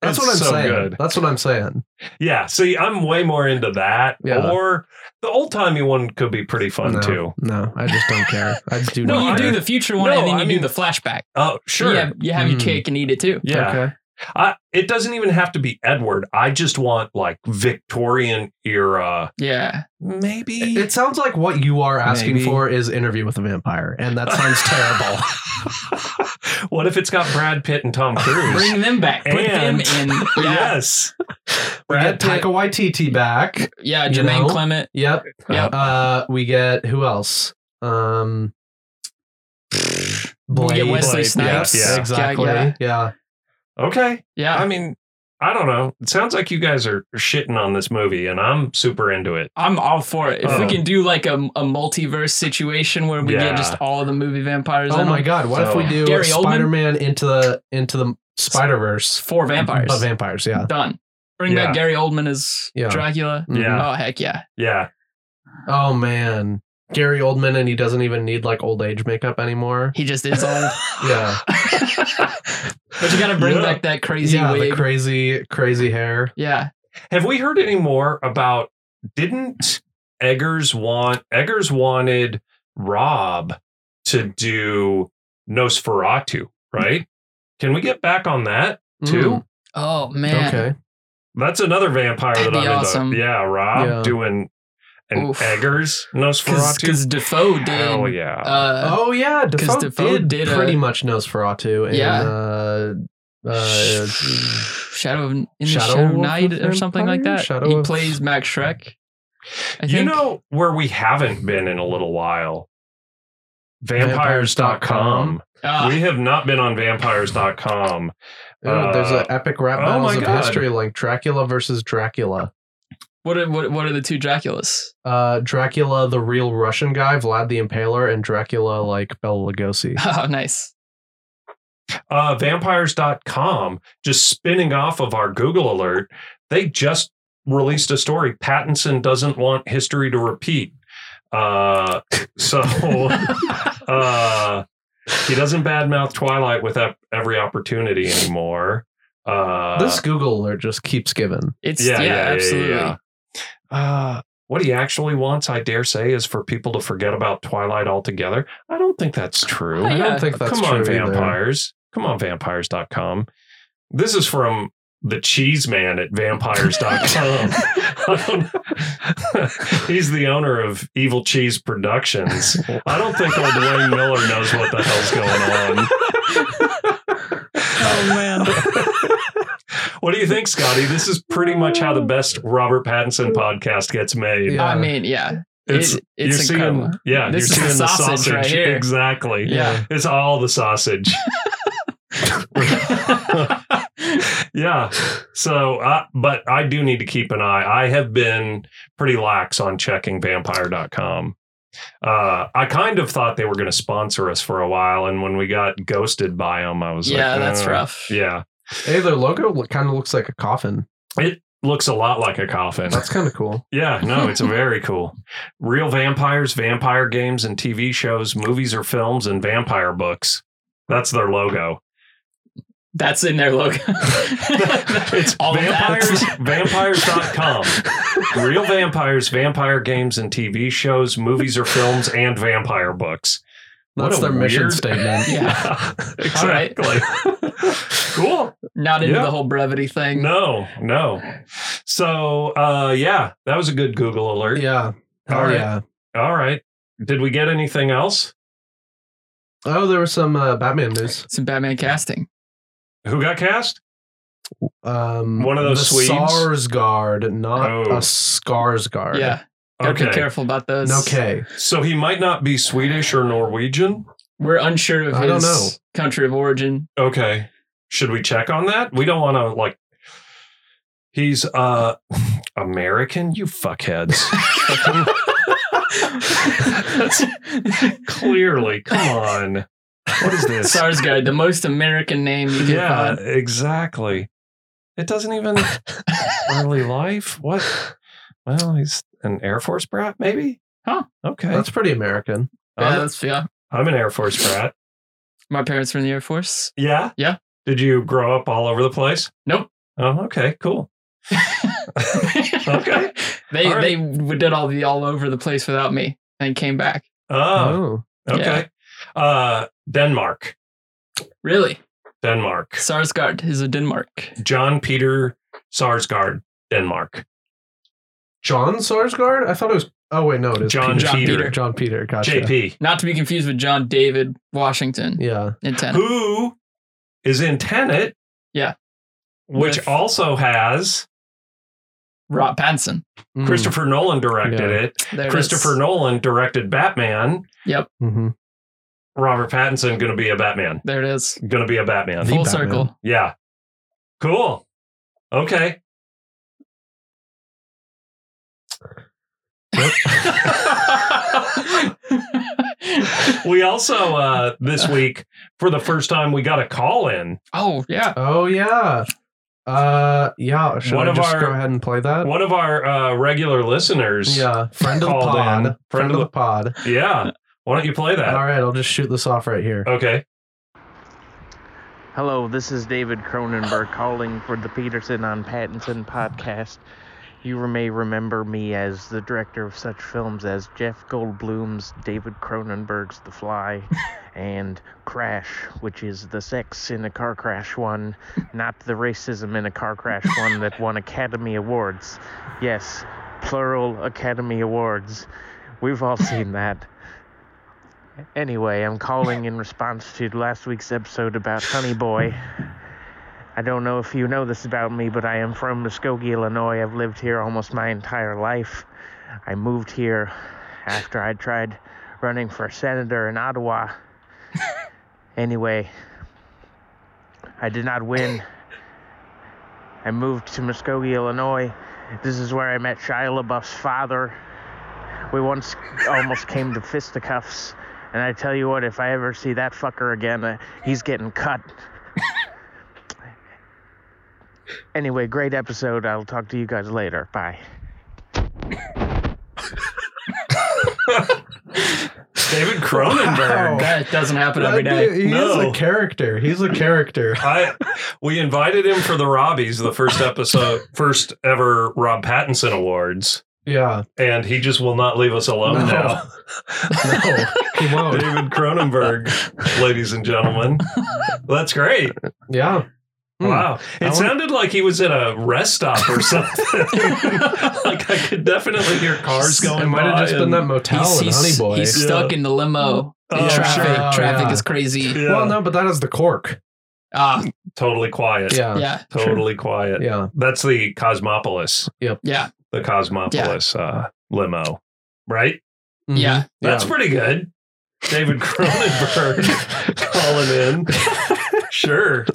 S2: That's
S1: It's
S2: what I'm
S1: so
S2: saying.
S1: good.
S2: That's what I'm saying.
S1: Yeah, see, I'm way more into that.
S2: Yeah.
S1: Or the old timey one could be pretty fun
S2: no,
S1: too.
S2: No, I just don't care. I do
S3: No,
S2: not
S3: you
S2: care.
S3: do the future one
S1: No,
S3: and then you
S1: I mean-
S3: do the flashback.
S1: Oh, sure.
S3: You have, you have your
S2: Mm.
S3: cake and eat it too.
S1: Yeah.
S2: Okay.
S1: I, it doesn't even have to be Edward. I just want like Victorian era.
S3: Yeah.
S1: Maybe
S2: It sounds like what you are asking
S1: Maybe.
S2: for is interview with a vampire, and that sounds terrible.
S1: what if it's got Brad Pitt and Tom Cruise?
S3: Bring them back. Put them
S1: And-
S3: in. Yeah.
S1: Yes.
S2: We
S1: Brad
S2: get
S1: Pitt.
S2: Taika Waititi back.
S3: Yeah.
S2: You know?
S3: Jermaine Clement.
S2: Yep.
S3: Yep.
S2: Uh, we get who else? Um,
S3: We get Wesley
S1: Blade, yeah,
S3: Snipes.
S1: yeah.
S2: Exactly.
S3: Yeah.
S2: Yeah.
S3: yeah.
S1: Okay.
S3: Yeah.
S1: I mean, I don't know. It sounds like you guys are shitting on this movie, and I'm super into it.
S3: I'm all for it. If we
S1: Oh.
S3: can do like a, a multiverse situation where we
S1: Yeah.
S3: get just all of the movie vampires
S2: Oh
S3: in
S2: my
S3: them.
S2: God! What if we
S1: So-
S2: do
S3: Gary Oldman?
S2: Spider-Man into the into the Spider Verse?
S3: Four vampires.
S2: But vampires, yeah.
S3: Done. Bring
S1: Yeah.
S3: back Gary Oldman as
S2: Yeah.
S3: Dracula.
S1: Yeah.
S3: Oh heck yeah.
S1: Yeah.
S2: Oh man, Gary Oldman, and he doesn't even need like old age makeup anymore.
S3: He just is old.
S2: Yeah,
S3: But you gotta bring
S1: Yeah.
S3: back that crazy
S2: yeah,
S3: wig.
S2: the crazy, crazy hair.
S3: yeah.
S1: Have we heard any more about? Didn't Eggers want Eggers wanted Rob to do Nosferatu, right? Can we get back on that too?
S3: Oh man.
S2: Mm, Okay.
S1: That's another vampire
S3: That'd
S1: that
S3: be
S1: I'm
S3: awesome.
S1: into. Yeah, Rob
S2: Yeah.
S1: doing an
S3: Oof.
S1: Eggers
S3: Because
S1: Nosferatu.
S3: Defoe did.
S1: Hell yeah!
S3: Uh,
S2: oh yeah, Defoe,
S3: Defoe
S2: did,
S3: did a-
S2: pretty much Nosferatu in
S3: Yeah.
S2: uh, uh,
S3: Shadow of, in the
S2: Shadow
S3: Shadow,
S2: of the
S3: Knight or something like
S2: Vampire?
S3: that.
S2: Shadow
S3: he
S2: of-
S3: plays Max Shrek. I
S1: you know where we haven't been in a little while? Vampires.com.
S3: Ah,
S1: we have not been on vampires.com.
S2: Ooh, there's
S1: Uh,
S2: an epic rap
S1: oh
S2: battles
S1: my
S2: of
S1: God.
S2: history link Dracula versus Dracula.
S3: what, are, what what are the two Draculas?
S2: Uh, Dracula, the real Russian guy, Vlad the Impaler, and Dracula, like Bela Lugosi.
S3: Oh, nice.
S1: Uh, vampires.com, just spinning off of our Google alert, they just released a story. Pattinson doesn't want history to repeat. Uh, so uh, he doesn't badmouth Twilight with ep- every opportunity anymore. Uh,
S2: this Google alert just keeps giving.
S3: It's yeah, absolutely.
S1: Uh, what he actually wants, I dare say, is for people to forget about Twilight altogether. I don't think that's true.
S3: Oh,
S2: I
S3: yeah.
S2: don't think that's
S1: Come on,
S2: true either.
S1: vampires. Come on, vampires.com. This is from the cheese man at vampires.com. He's the owner of Evil Cheese Productions. I don't think old Wayne Miller knows what the hell's going on.
S3: Oh man.
S1: What do you think, Scotty? This is pretty much how the best Robert Pattinson podcast gets made.
S2: Yeah.
S3: I mean, yeah.
S1: It's,
S3: It- it's
S1: you're
S3: incredible.
S1: seeing, yeah,
S3: This
S1: you're seeing
S3: is the
S1: the
S3: sausage
S1: sausage,
S3: right here.
S1: exactly.
S3: Yeah.
S1: it's all the sausage. yeah. So, uh, but I do need to keep an eye. I have been pretty lax on checking vampire.com. Uh, I kind of thought they were going to sponsor us for a while. And when we got ghosted by them, I was
S3: Yeah,
S1: like,
S3: that's
S1: "Uh,
S3: rough.
S1: Yeah.
S2: Hey, their logo kind of looks like a coffin.
S1: It looks a lot like a coffin.
S2: That's kind of cool.
S1: Yeah, no, it's very cool. Real vampires, vampire games and TV shows, movies or films, and vampire books. That's their logo.
S3: That's in their logo.
S1: it's
S3: of that.
S1: vampires, vampires.com. Real vampires, vampire games and TV shows, movies or films, and vampire books. What
S2: That's
S1: a
S2: their mission
S1: weird-
S2: statement.
S3: Yeah. All right.
S1: exactly. cool.
S3: Not into
S1: Yeah.
S3: the whole brevity thing.
S1: No, no. So, uh, yeah, that was a good Google alert.
S2: yeah.
S1: All
S2: Oh,
S1: right.
S2: yeah.
S1: All right. Did we get anything else?
S2: Oh, there was some uh, Batman news.
S3: Some Batman casting.
S1: Who got cast?
S2: Um,
S1: One of those
S2: the
S1: Swedes?
S2: Sarsgaard, not
S1: Oh.
S2: a Skarsgård.
S3: Yeah. Gotta be
S1: Okay.
S3: careful about those.
S2: No K.
S1: So he might not be Swedish or Norwegian.
S3: We're unsure of
S2: I
S3: his
S2: don't know.
S3: country of origin.
S1: Okay. Should we check on that? We don't want to like he's uh American, you fuckheads. Fucking- Clearly, come on. What is this?
S3: Sarsgaard, the most American name you can
S1: yeah,
S3: find.
S1: exactly. It doesn't even early life. What? Well, he's an Air Force brat, maybe.
S3: Huh.
S1: Okay.
S2: That's pretty American.
S3: Yeah,
S1: I'm,
S3: that's yeah.
S1: I'm an Air Force brat.
S3: My parents were in the Air Force.
S1: Yeah.
S3: Yeah.
S1: Did you grow up all over the place?
S3: Nope.
S1: Oh, okay. Cool. Oh. Okay.
S3: They
S1: All right.
S3: they w- did all the all over the place without me and came back.
S1: Oh, okay. Uh, Denmark.
S3: Really?
S1: Denmark.
S3: Sarsgaard is a Denmark.
S1: John Peter Sarsgaard, Denmark.
S2: John Sarsgaard? I thought it was. Oh wait, no, it is
S1: John,
S3: John
S1: Peter.
S3: Peter.
S2: John Peter. Gotcha.
S1: JP.
S3: Not to be confused with John David Washington
S2: Yeah.
S3: in Tenet.
S1: Who is in Tenet?
S3: Yeah.
S1: Which
S3: With-
S1: also has
S3: Rob Pattinson.
S2: Mm.
S1: Christopher Nolan directed
S2: Yeah.
S1: it.
S3: Hmm. There it
S1: Christopher
S3: is.
S1: Nolan directed Batman.
S2: Mhm.
S1: Robert Pattinson going to be a Batman.
S3: There it is.
S1: Going to be a Batman.
S2: The
S3: Full
S2: Batman.
S3: circle.
S1: Yeah. Cool. Okay. We also uh this week for the first time we got a call in.
S3: oh yeah.
S2: Oh yeah. Uh yeah. Should
S1: One
S2: I
S1: of
S2: just
S1: our-
S2: go ahead and play that?
S1: One of our uh regular listeners.
S2: yeah. Friend of the
S1: Called in.
S2: pod.
S1: Friend
S2: Friend,
S1: of
S2: of the,
S1: the-
S2: pod.
S1: Yeah. Why don't you play
S2: All
S1: that?
S2: right, I'll just shoot this off right here.
S1: Okay.
S10: Hello, this is David Cronenberg calling for the Peterson on Pattinson podcast. You may remember me as the director of such films as Jeff Goldblum's David Cronenberg's The Fly and Crash, which is the sex in a car crash one, not the racism in a car crash one that won Academy Awards. Yes, plural Academy Awards. We've all seen that. Anyway, I'm calling in response to last week's episode about Honey Boy. I don't know if you know this about me, but I am from Muskogee, Illinois. I've lived here almost my entire life. I moved here after I tried running for senator in Ottawa. Anyway, I did not win. I moved to Muskogee, Illinois. This is where I met Shia LaBeouf's father. We once almost came to fisticuffs. And I tell you what, if I ever see that fucker again, uh, he's getting cut. anyway, great episode. I'll talk to you guys later. Bye.
S1: David Cronenberg.
S3: That doesn't happen every
S2: That dude-
S3: day.
S2: He
S1: No.
S2: is a character. He's a character.
S1: I we invited him for the Robbies, the first episode, first ever Rob Pattinson Awards,
S2: Yeah.
S1: and he just will not leave us alone
S2: No.
S1: now.
S2: No, he won't.
S1: David Cronenberg, ladies and gentlemen, that's great.
S2: Yeah. Hmm.
S1: Wow, it
S2: I wanna-
S1: sounded like he was at a rest stop or something. like I could definitely hear cars going.
S2: It might have
S1: by
S2: just been
S1: and-
S2: that motel
S3: He's,
S2: in Honey
S3: he's,
S2: Boy.
S1: Yeah.
S3: he's stuck in the limo.
S1: Oh,
S3: The
S1: sure.
S3: traffic
S2: Oh,
S3: traffic
S2: yeah.
S3: is crazy.
S1: Yeah.
S2: Well, no, but that is the cork.
S3: Ah,
S1: totally quiet.
S2: Yeah.
S3: yeah.
S1: totally quiet.
S2: Yeah.
S1: That's the Cosmopolis,
S3: Yeah.
S1: the Cosmopolis uh, limo, right?
S2: Mhm.
S3: Yeah.
S1: That's pretty good. David Cronenberg calling in. Sure.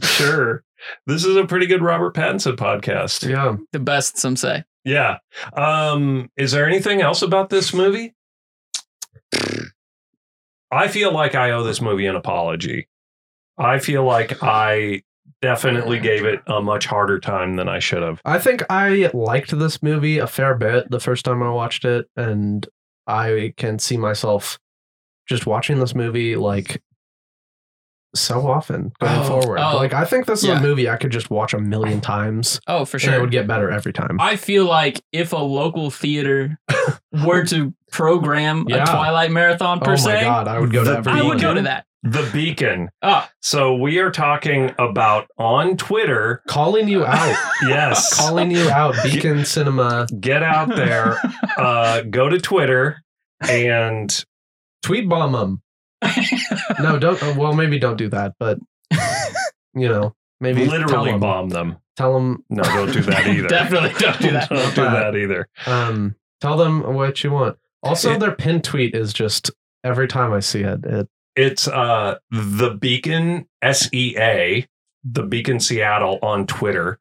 S1: Sure. This is a pretty good Robert Pattinson podcast.
S2: Mm-hmm. Yeah.
S3: The best, some say.
S1: Yeah. Um, is there anything else about this movie? I feel like I owe this movie an apology. I feel like I definitely gave it a much harder time than I should have.
S2: I think I liked this movie a fair bit the first time I watched it, and I can see myself just watching this movie like so often going
S3: Oh,
S2: forward.
S3: oh.
S2: like I think this is
S3: Yeah.
S2: a movie I could just watch a million times
S3: Oh, for
S2: and it
S3: sure.
S2: would get better every time.
S3: I feel like if a local theater were to program
S2: Yeah.
S3: a Twilight marathon
S2: oh
S3: per
S2: my
S3: se,
S2: god, I would go
S1: The
S2: to every
S3: I would
S2: one.
S3: go to
S1: Beacon.
S3: that.
S1: The Beacon.
S3: Oh,
S1: So we are talking about on Twitter.
S2: calling you out.
S1: Yes.
S2: calling you out, Beacon Cinema.
S1: get out there, uh, go to Twitter and
S2: Tweet bomb them. No, don't. uh, Well, maybe don't do that, but you know, maybe tell
S1: literally
S2: 'em-
S1: bomb them.
S2: Tell them,
S1: No, don't do that either.
S3: Definitely don't do that.
S1: Don't do that either.
S2: um, tell them what you want. Also,
S1: Yeah.
S2: their pin tweet is just every time I see it, it
S1: It's uh, the Beacon SEA, the Beacon Seattle on Twitter,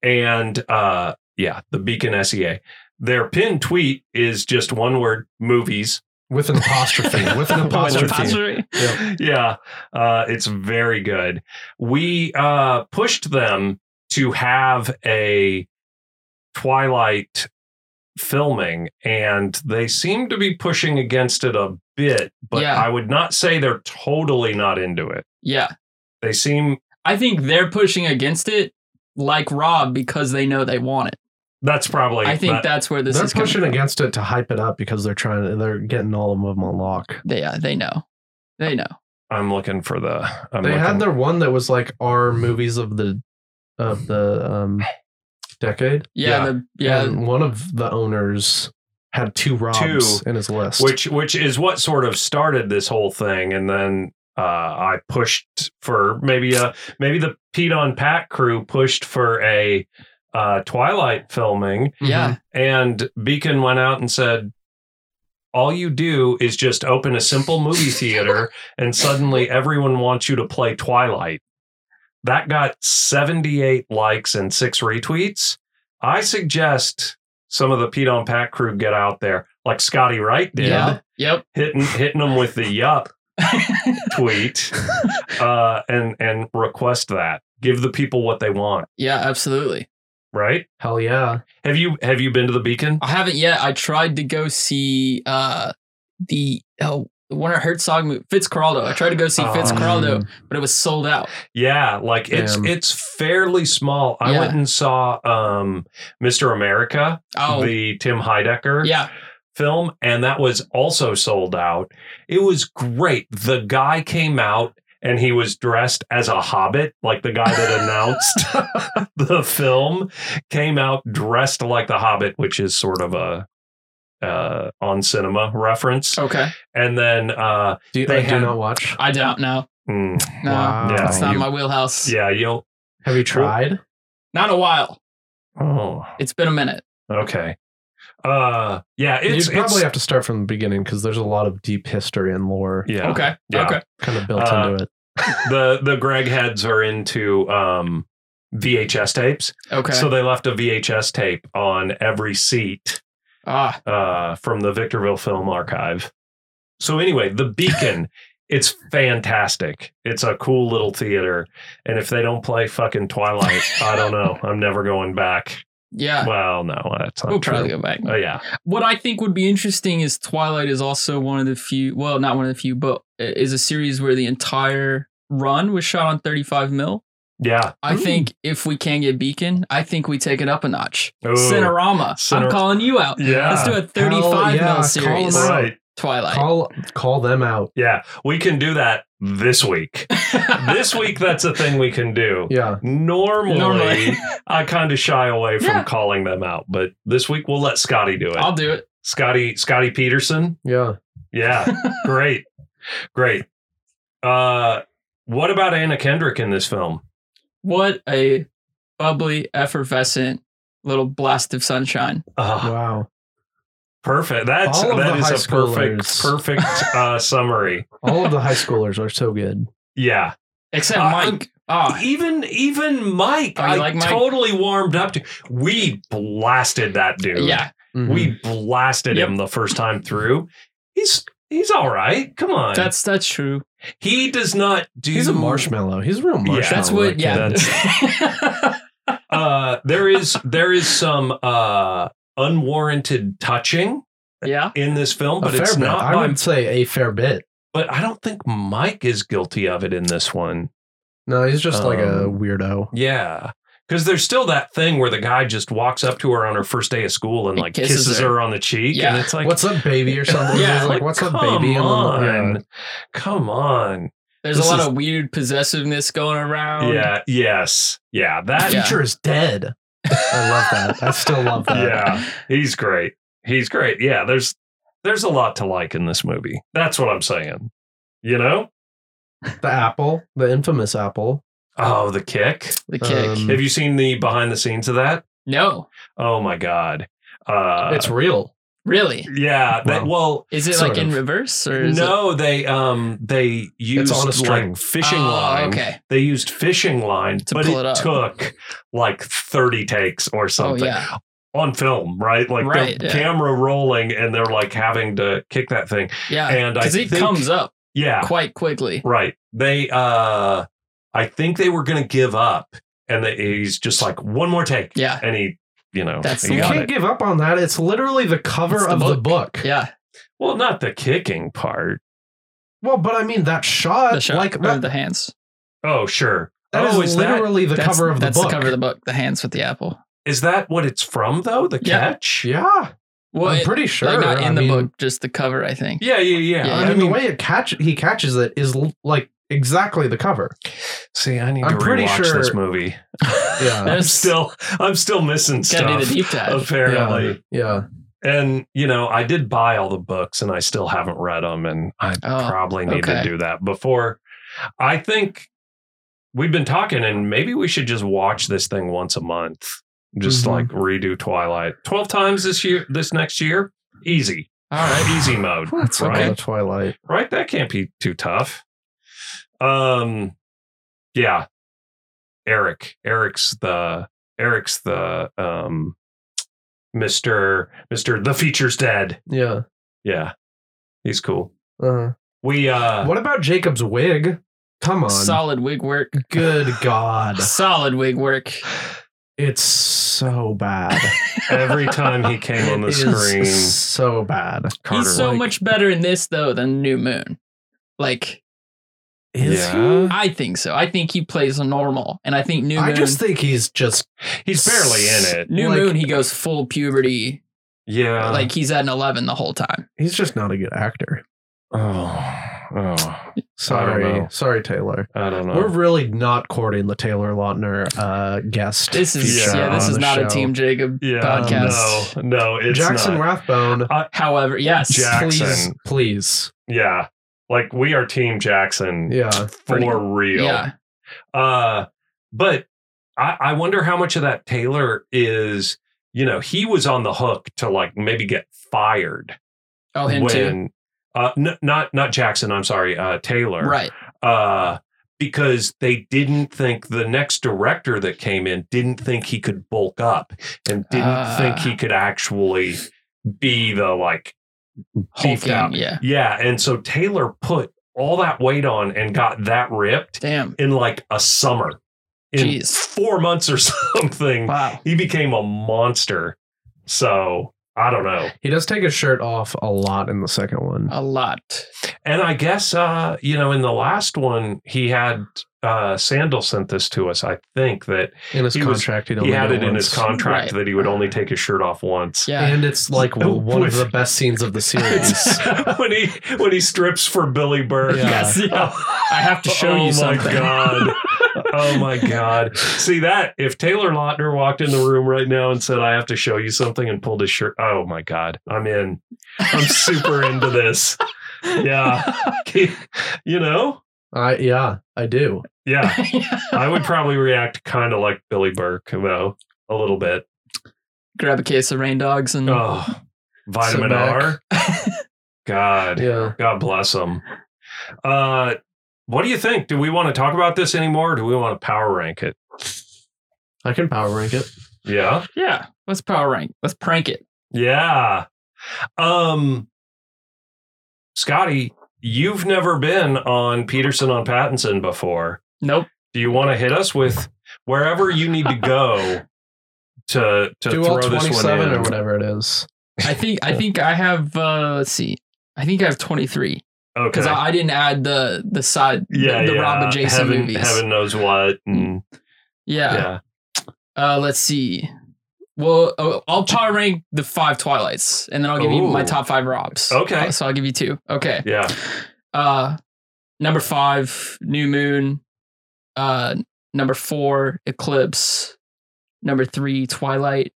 S1: and uh, E yeah, the Beacon SEA. Their pinned tweet is just one word: movies.
S2: with an apostrophe. with an apostrophe.
S1: yeah, yeah. Uh, it's very good. We uh, pushed them to have a Twilight filming, and they seem to be pushing against it a bit. But
S3: Yeah.
S1: I would not say they're totally not into it.
S3: Yeah.
S1: They seem
S3: I think they're pushing against it like Rob because they know they want it.
S1: that's probably.
S3: I think
S1: that-
S3: that's where this
S2: they're
S3: is coming
S2: pushing
S3: from.
S2: against it to hype it up because they're trying to, they're getting all of them on lock.
S3: They, yeah, they know. They know.
S1: I'm looking for the. I'm
S2: they
S1: looking,
S2: had their one that was like our movies of the of the um decade.
S3: Yeah,
S1: Yeah.
S3: the, yeah.
S2: And one of the owners had two robs in his list.
S1: which which is what sort of started this whole thing and then uh, I pushed for maybe a maybe the Pete on Pack crew pushed for a uh, Twilight filming
S3: Yeah.
S1: and Beacon went out and said all you do is just open a simple movie theater and suddenly everyone wants you to play Twilight. That got 78 likes and 6 retweets. I suggest some of the Pete on Pack crew get out there like Scotty Wright did
S3: Yeah. Yep.
S1: hitting hitting them with the yup tweet uh and and request that give the people what they want
S3: Yeah, absolutely.
S1: right
S2: Hell yeah.
S1: have you have you been to the beacon
S3: I haven't yet. I tried to go see uh the oh the Werner Herzog movie, Fitzcarraldo. I tried to go see
S1: Um,
S3: Fitzcarraldo, but it was sold out.
S1: yeah like it's
S2: Damn.
S1: it's fairly small i
S3: Yeah.
S1: went and saw um mr america
S3: Oh,
S1: the tim heidecker
S3: yeah,
S1: film and that was also sold out it was great the guy came out and he was dressed as a hobbit like the guy that announced the film came out dressed like the hobbit which is sort of a uh, on cinema reference
S2: Oh.
S3: okay.
S1: and then uh
S2: Do you,
S1: They
S2: I do
S1: had-
S2: not watch?
S3: I don't know.
S1: mm,
S3: No,
S2: Wow.
S1: Yeah,
S3: it's not
S1: you-
S3: my wheelhouse.
S1: yeah you'll
S2: Have you tried?
S3: Not a while.
S1: oh
S3: It's been a minute.
S1: okay uh yeah it's
S2: you probably
S1: it's-
S2: have to start from the beginning because there's a lot of deep history and lore
S1: yeah
S3: Okay.
S1: Yeah.
S3: Okay.
S2: kind of built
S1: Uh,
S2: into it.
S1: the the greg heads are into um vhs tapes
S3: Okay.
S1: So they left a VHS tape on every seat
S3: ah,
S1: uh, from the Victorville Film Archive. So anyway, the Beacon, it's fantastic. It's a cool little theater, and if they don't play fucking Twilight, I don't know. I'm never going back.
S3: yeah.
S1: Well, no, that's not
S3: We'll
S1: true.
S3: probably go back.
S1: Oh yeah,
S3: What I think would be interesting is Twilight is also one of the few, well, not one of the few, but is a series where the entire run was shot on 35 mil.
S1: yeah.
S3: I think if we can get Beacon, I think we take it up a notch.
S1: Ooh.
S3: Cinerama,
S1: Ciner-
S3: I'm calling you out.
S1: Yeah.
S3: Let's do a 35
S2: yeah, call
S3: mil series.
S2: them out.
S1: Right.
S3: Twilight.
S2: Call call them out.
S1: Yeah, we can do that this week. this week, that's a thing we can do.
S2: Yeah.
S1: Normally,
S3: Normally.
S1: I kind of shy away from
S3: Yeah.
S1: calling them out, but this week we'll let Scotty do it.
S3: I'll do it.
S1: Scotty Scotty Peterson.
S2: Yeah.
S1: Yeah, great, great. Uh, what about Anna Kendrick in this film?
S3: What a bubbly, effervescent little blast of sunshine.
S1: Uh,
S2: Wow.
S1: perfect. That's
S2: All of
S1: that
S2: the high
S1: is a perfect
S2: schoolers.
S1: perfect uh, summary.
S2: All of the high schoolers are so good.
S1: Yeah,
S3: Except
S1: Uh,
S3: Mike. Ah,
S1: even even Mike,
S3: Oh, you
S1: I
S3: like Mike?
S1: totally warmed up to. We blasted that dude.
S3: yeah.
S1: we
S2: Mm-hmm.
S1: blasted
S3: Yep.
S1: him the first time through. He's he's all right. Come on,
S3: That's that's true.
S1: he does not do.
S2: He's a marshmallow. He's a real marshmallow.
S1: Yeah,
S3: That's what.
S2: that
S3: Yeah.
S2: kid.
S1: uh there is there is some uh unwarranted touching
S3: yeah.
S1: in this film
S2: A
S1: but
S2: fair
S1: it's
S2: bit.
S1: not
S2: I
S1: by-
S2: would say a fair bit.
S1: but i don't think mike is guilty of it in this one
S2: No, he's just like a
S1: Um,
S2: weirdo.
S1: yeah because there's still that thing where the guy just walks up to her on her first day of school and
S3: He
S1: like kisses,
S3: kisses
S1: her.
S3: her.
S1: on the cheek
S3: Yeah.
S1: and it's like
S2: what's up, baby, or something?
S3: Yeah,
S2: He's like, what's up, baby?
S1: come on
S2: And then- yeah.
S1: come on
S3: There's
S2: This
S3: a lot
S2: is-
S3: of weird possessiveness going around.
S1: yeah yes yeah that
S3: Yeah.
S2: Teacher is dead. I love that. I still love
S3: Uh,
S2: that.
S1: yeah, he's great. He's great. Yeah, there's there's a lot to like in this movie. That's what I'm saying. You know?
S2: The apple, the infamous apple.
S1: Oh, the kick.
S3: The kick.
S2: Um,
S1: Have you seen the behind the scenes of that?
S3: no.
S1: Oh my god. Uh
S2: it's real.
S3: Really?
S1: yeah, that well
S3: Is it
S2: Sort
S3: like in
S2: of.
S3: reverse or is it?
S1: no, they um they used
S2: on a string.
S1: like fishing
S3: Oh,
S1: line.
S3: Okay.
S1: They used fishing line,
S3: To
S1: but
S3: pull
S1: it,
S3: it up.
S1: took like 30 takes or something.
S3: Oh yeah.
S1: on film, right? Like
S3: Right,
S1: the
S3: yeah.
S1: camera rolling and they're like having to kick that thing.
S3: Yeah,
S1: And I
S3: because it
S1: think-
S3: comes up
S1: Yeah.
S3: quite quickly.
S1: Right. They uh I think they were gonna give up and they, he's just like one more take.
S3: Yeah,
S1: And he you know
S3: That's
S1: he
S3: the
S2: You
S1: got
S2: can't
S1: it.
S2: give up on that. It's literally the cover
S3: It's the
S2: of the book.
S3: yeah.
S1: Well, not the kicking part.
S2: Well, but I mean that shot,
S3: The shot
S2: Uh,
S3: uh,
S2: like
S3: or
S2: that,
S3: the hands.
S1: Oh, sure.
S2: that is
S1: oh, is that
S2: literally the
S3: That's-
S2: cover of the
S3: that's
S2: book.
S3: the cover of the book. The hands with the apple.
S1: is that what it's from though? The
S3: Yeah.
S1: catch?
S2: yeah,
S3: Well,
S2: I'm
S3: it-
S2: pretty sure.
S3: like not in
S2: I
S3: the
S2: mean,
S3: book, just the cover. I think.
S1: Yeah, yeah, yeah.
S3: Yeah.
S2: I mean, the way it catch he catches it is l- like exactly the cover.
S1: See, I need
S2: I'm
S1: to
S2: pretty
S1: rewatch
S2: sure-
S1: this movie.
S2: Yeah,
S1: I'm
S3: There's-
S1: still I'm still missing
S3: Gotta
S1: stuff.
S3: do the deep dive.
S1: apparently.
S2: yeah.
S1: and you know i did buy all the books and i still haven't read them and i
S3: Oh,
S1: probably need
S3: okay.
S1: to do that before i think we've been talking and maybe we should just watch this thing once a month just
S2: Mhm.
S3: Mm-hmm.
S1: like redo twilight 12 times this year this next year easy
S3: All right.
S1: easy mode
S2: That's
S1: right
S2: right. Twilight.
S1: right that can't be too tough um yeah eric eric's the eric's the um mr mr the feature's dead
S2: Yeah.
S1: yeah. He's cool.
S2: Uh-huh.
S1: We uh
S2: What about Jacob's wig? Come on.
S3: Solid wig work.
S2: Good God.
S3: Solid wig work.
S2: It's so bad.
S1: every time he came on the
S2: It
S1: screen,
S2: is so bad.
S1: Carter
S3: He's so
S1: like-
S3: much better in this though than New Moon. Like
S1: Yeah.
S3: I think so. I think he plays a normal, and I think New Moon.
S2: I just think he's just
S1: he's barely in it. Uh,
S3: New
S2: like-
S3: Moon, he goes full puberty.
S1: Yeah.
S3: like he's at an eleven the whole time.
S2: he's just not a good actor.
S1: oh, oh, know.
S2: Sorry. Sorry, Taylor.
S1: I don't know.
S2: We're really not courting the Taylor Lautner uh, guest.
S3: This is
S1: Yeah.
S3: yeah, this
S2: On
S3: is
S2: the
S3: not
S2: show.
S3: a Team Jacob
S1: yeah,
S3: podcast.
S1: No, no, it's
S2: Jackson
S1: not.
S2: Rathbone.
S3: However, yes,
S1: Jack-
S2: Please,
S1: Jackson.
S2: please.
S1: yeah. Like we are Team Jackson
S2: Yeah.
S1: for
S3: Pretty-
S1: real.
S3: yeah,
S1: Uh, but I, I wonder how much of that Taylor is, you know, he was on the hook to like maybe get fired
S3: oh him too.
S1: when uh n- not not Jackson, I'm sorry, uh Taylor.
S3: Right,
S1: uh, because they didn't think the next director that came in didn't think he could bulk up and didn't
S3: Ah.
S1: think he could actually be the like beefed
S3: Hulking.
S1: out.
S3: Yeah,
S1: Yeah. And so Taylor put all that weight on and got that ripped
S3: damn.
S1: in like a summer. In
S3: Jeez.
S1: four months or something.
S3: Wow.
S1: He became a monster. So I don't know.
S2: He does take his shirt off a lot in the second one.
S3: A lot.
S1: And I guess uh, you know, in the last one, he had uh Sandel sent this to us, I think, that
S2: In his
S1: he was-
S2: contract, he
S1: he had it in his contract
S3: Right.
S1: that he would only take his shirt off once.
S3: Yeah.
S2: And it's like
S1: Oh,
S2: one of
S1: with-
S2: the best scenes of the series.
S1: when he when he strips for Billy Burke.
S2: Yeah.
S3: Yes. Yeah. I have to show
S1: oh
S3: you
S1: my
S3: something.
S1: god. oh my god. See that if Taylor Lautner walked in the room right now and said I have to show you something and pulled his shirt. Oh my god. I'm in. I'm super into this. Yeah. you know?
S2: I yeah, I do.
S1: Yeah. I would probably react kind of like Billy Burke though, a little bit.
S3: Grab a case of rain dogs
S2: Mm.
S3: and
S1: Oh, vitamin
S2: Mac.
S1: R. God,
S2: Yeah.
S1: God bless them. Uh, what do you think? Do we want to talk about this anymore? Or do we want to power rank it?
S2: I can power rank it.
S1: Yeah,
S3: yeah. Let's power rank. Let's prank it.
S1: yeah. Um, Scotty, you've never been on Peterson on Pattinson before.
S3: Nope.
S1: Do you want to hit us with wherever you need to go to to
S2: do
S1: throw
S2: all
S1: this one
S2: 27
S1: in?
S2: or whatever it is.
S3: I think I think I have uh let's see. I think I have 23
S1: Okay.
S3: cuz I, I didn't add the the side
S1: yeah,
S3: the, the
S1: yeah.
S3: Rob and Jason
S1: heaven,
S3: movies. Mm.
S1: Heaven knows what. And,
S3: Yeah.
S1: yeah.
S3: Uh let's see. Well, oh, I'll power rank the five Twilights and then I'll give you my
S1: Ooh.
S3: top 5 Robs.
S1: Okay.
S3: Uh, so I'll give you two. Okay.
S1: Yeah.
S3: Uh number 5 New Moon. Uh number 4 Eclipse. Number 3 Twilight.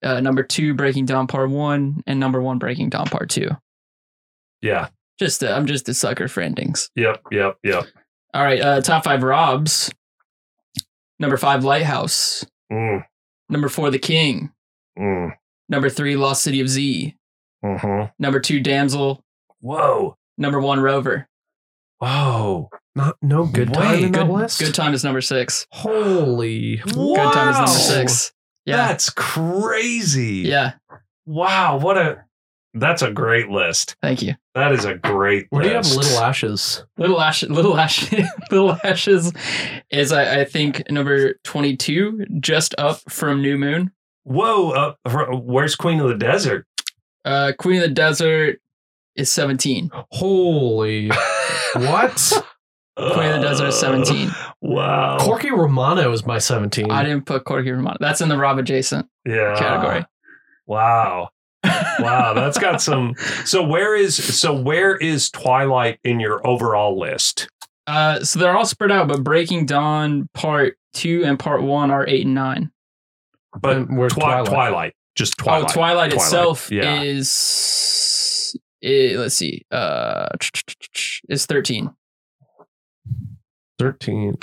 S3: Uh, number two, Breaking Down Part One, and number one, Breaking Down Part Two.
S1: Yeah.
S3: Just uh, I'm just a sucker for endings.
S1: Yep. Yep. Yep.
S3: All right, uh, top five Robs. Number five, Lighthouse.
S1: Mm,
S3: Number four, The King.
S1: mm,
S3: Number three, Lost City of Z.
S1: hmm
S3: Number two, Damsel.
S1: Whoa.
S3: Number one, Rover.
S1: Whoa.
S2: Not no good time
S1: Wait,
S2: in that
S3: good,
S2: list.
S3: Good time is number six.
S2: Holy
S3: Good time is
S1: Wow.
S3: number six. Yeah.
S1: That's crazy.
S3: yeah.
S1: Wow. What a. That's a great list.
S3: Thank you.
S1: That is a great
S2: Where do you have
S1: list.
S2: little ashes?
S3: Little Ash, Little Ash, Little Ashes is I, I think number twenty two, just up from New Moon.
S1: Whoa. Uh, fr- where's Queen of the Desert?
S3: Uh, Queen of the Desert is seventeen.
S2: Holy what?
S3: Queen of the Desert is seventeen.
S1: Wow.
S2: Corky Romano is my 17.
S3: I didn't put Corky Romano. That's in the Rob adjacent
S1: yeah.
S3: category.
S1: Wow. Wow, that's got some So where is so where is Twilight in your overall list?
S3: Uh, so they're all spread out, but Breaking Dawn Part Two and Part One are eight and nine.
S1: But
S2: Um, where's
S1: Twi- Twilight.
S2: Twilight?
S1: Just Twilight.
S3: oh, Twilight,
S1: Twilight,
S3: itself
S1: yeah.
S3: is. eh, let's see. Uh, is thirteen.
S2: 13.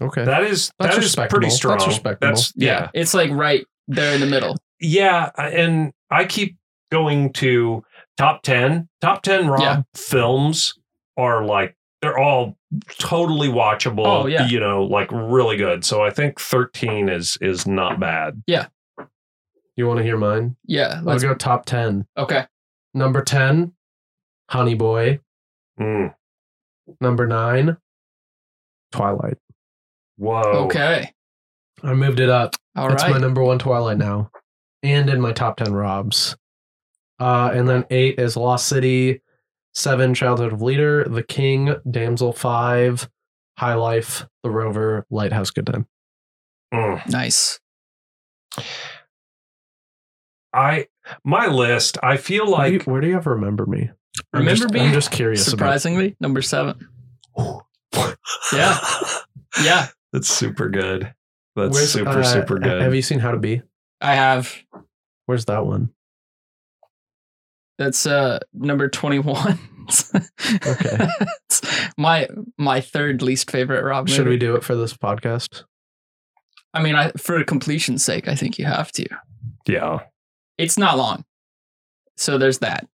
S2: Okay.
S1: That is
S2: That's
S1: that is
S2: respectable.
S1: pretty
S2: That's
S1: strong.
S2: respectable.
S1: yeah.
S3: it's like right there in the middle.
S1: Yeah, and I keep going to top 10. Top 10 Rob
S3: Yeah.
S1: films are like they're all totally watchable,
S3: Oh, yeah.
S1: you know, like really good. So I think 13 is is not bad.
S2: you want to hear mine?
S3: Yeah.
S2: I'll
S3: Let's,
S2: go top 10.
S3: okay.
S2: Number 10, Honey Boy.
S1: Mm.
S2: Number 9, Twilight.
S1: Whoa.
S3: Okay.
S2: I moved it up.
S3: All
S2: That's my
S3: right.
S2: number one Twilight now, and in my top ten Robs. Uh, and then eight is Lost City, seven Childhood of Leader, The King, Damsel Five, High Life, The Rover, Lighthouse, Good Time.
S1: Mm.
S3: nice.
S1: I my list. I feel
S2: Where do
S1: like
S2: you- where do you ever remember me? I'm
S3: Remember
S2: just,
S3: me?
S2: I'm just curious.
S3: Surprisingly, number seven. Yeah. Yeah.
S1: that's super good.
S2: about
S1: That's
S2: Where's,
S1: super
S2: uh,
S1: super
S2: ha-
S1: good.
S2: Have you seen How to Be?
S3: I have.
S2: Where's that one?
S3: That's uh number twenty one.
S2: Okay.
S3: my my third least favorite Rob movie.
S2: Should we do it for this podcast?
S3: I mean, I for completion's sake, I think you have to.
S1: yeah,
S3: It's not long, so there's that.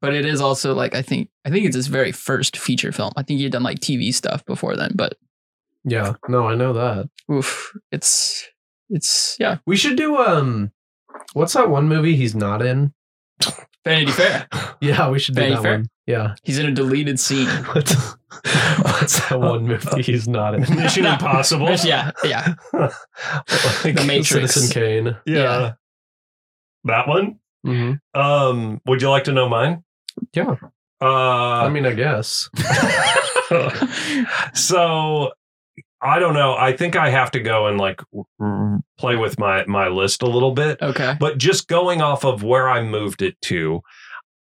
S3: But it is also like I think I think it's his very first feature film. I think he had done like TV stuff before then, but
S2: Yeah. No, I know that.
S3: oof, it's it's yeah,
S2: We should do um. What's that one movie he's not in?
S3: Vanity Fair.
S2: Yeah, we should do
S3: Vanity
S2: that
S3: Fair?
S2: one. Yeah.
S3: He's in a deleted scene.
S2: What's, what's that one movie he's not in?
S1: Mission Impossible.
S3: yeah, yeah.
S1: Like,
S3: The Matrix.
S2: Citizen Kane.
S1: yeah.
S3: yeah.
S1: that one.
S2: Mm-hmm.
S1: Um, would you like to know mine?
S2: Yeah.
S1: Uh,
S2: I mean, I guess.
S1: so I don't know. I think I have to go and like r- play with my my list a little bit.
S3: Okay.
S1: But just going off of where I moved it to,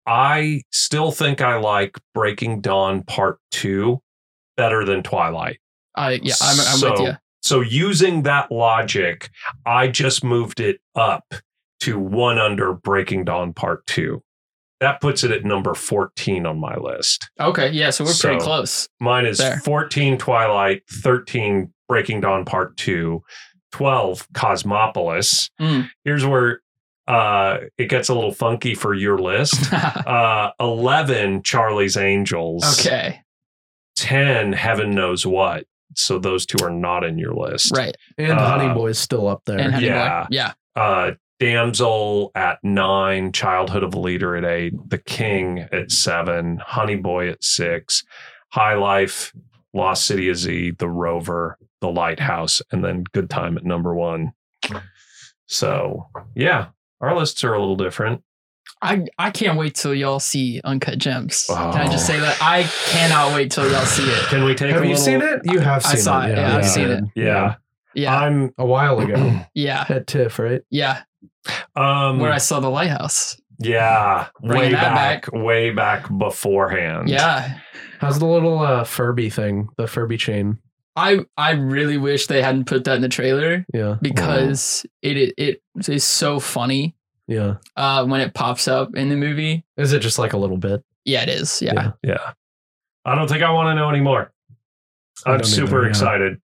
S1: I still think I like Breaking Dawn Part 2 better than Twilight.
S3: I yeah, I'm, I'm with
S1: So-
S3: you.
S1: So using that logic, I just moved it up to one under Breaking Dawn Part 2. That puts it at number 14 on my list.
S3: Okay, yeah, so we're pretty
S1: So-
S3: close.
S1: Mine is
S3: There.
S1: 14 Twilight, 13 Breaking Dawn Part 2, 12 Cosmopolis.
S3: Mm.
S1: Here's where uh, it gets a little funky for your list. Uh, 11 Charlie's Angels.
S3: okay,
S1: 10 Heaven Knows What. So those two are not in your list.
S3: right.
S2: And
S1: Uh,
S2: Honey Boy's still up there.
S3: And Honey
S1: Yeah.
S3: Boy. Yeah.
S1: Uh, Damsel at 9, Childhood of a Leader at 8, The King at 7, Honey Boy at 6, High Life, Lost City of Z, The Rover, The Lighthouse, and then Good Time at number 1. So, yeah, our lists are a little different.
S3: I, I can't wait till y'all see Uncut Gems. Can I just
S1: Oh.
S3: say that? I cannot wait till y'all see it.
S1: Can we take
S2: have
S1: a
S2: you
S1: little-
S2: seen it? You have
S3: I
S2: seen
S3: saw it. Yeah, I've
S2: you
S3: seen
S2: did.
S3: it.
S1: Yeah.
S3: Yeah.
S1: I'm
S2: A while ago
S3: Yeah.
S2: at TIFF, right?
S3: Yeah.
S1: um
S3: Where I saw the lighthouse.
S1: Yeah,
S3: Bringing
S1: way
S3: that
S1: back, way back beforehand.
S3: Yeah.
S2: How's the little uh, Furby thing? The Furby chain.
S3: I I really wish they hadn't put that in the trailer
S2: Yeah.
S3: because it, it it is so funny
S2: Yeah.
S3: uh when it pops up in the movie.
S2: Is it just like a little bit?
S3: Yeah, it is. Yeah.
S2: Yeah.
S1: yeah. I don't think I want to know anymore.
S2: I
S1: I'm
S2: don't
S1: super
S2: either, yeah.
S1: excited.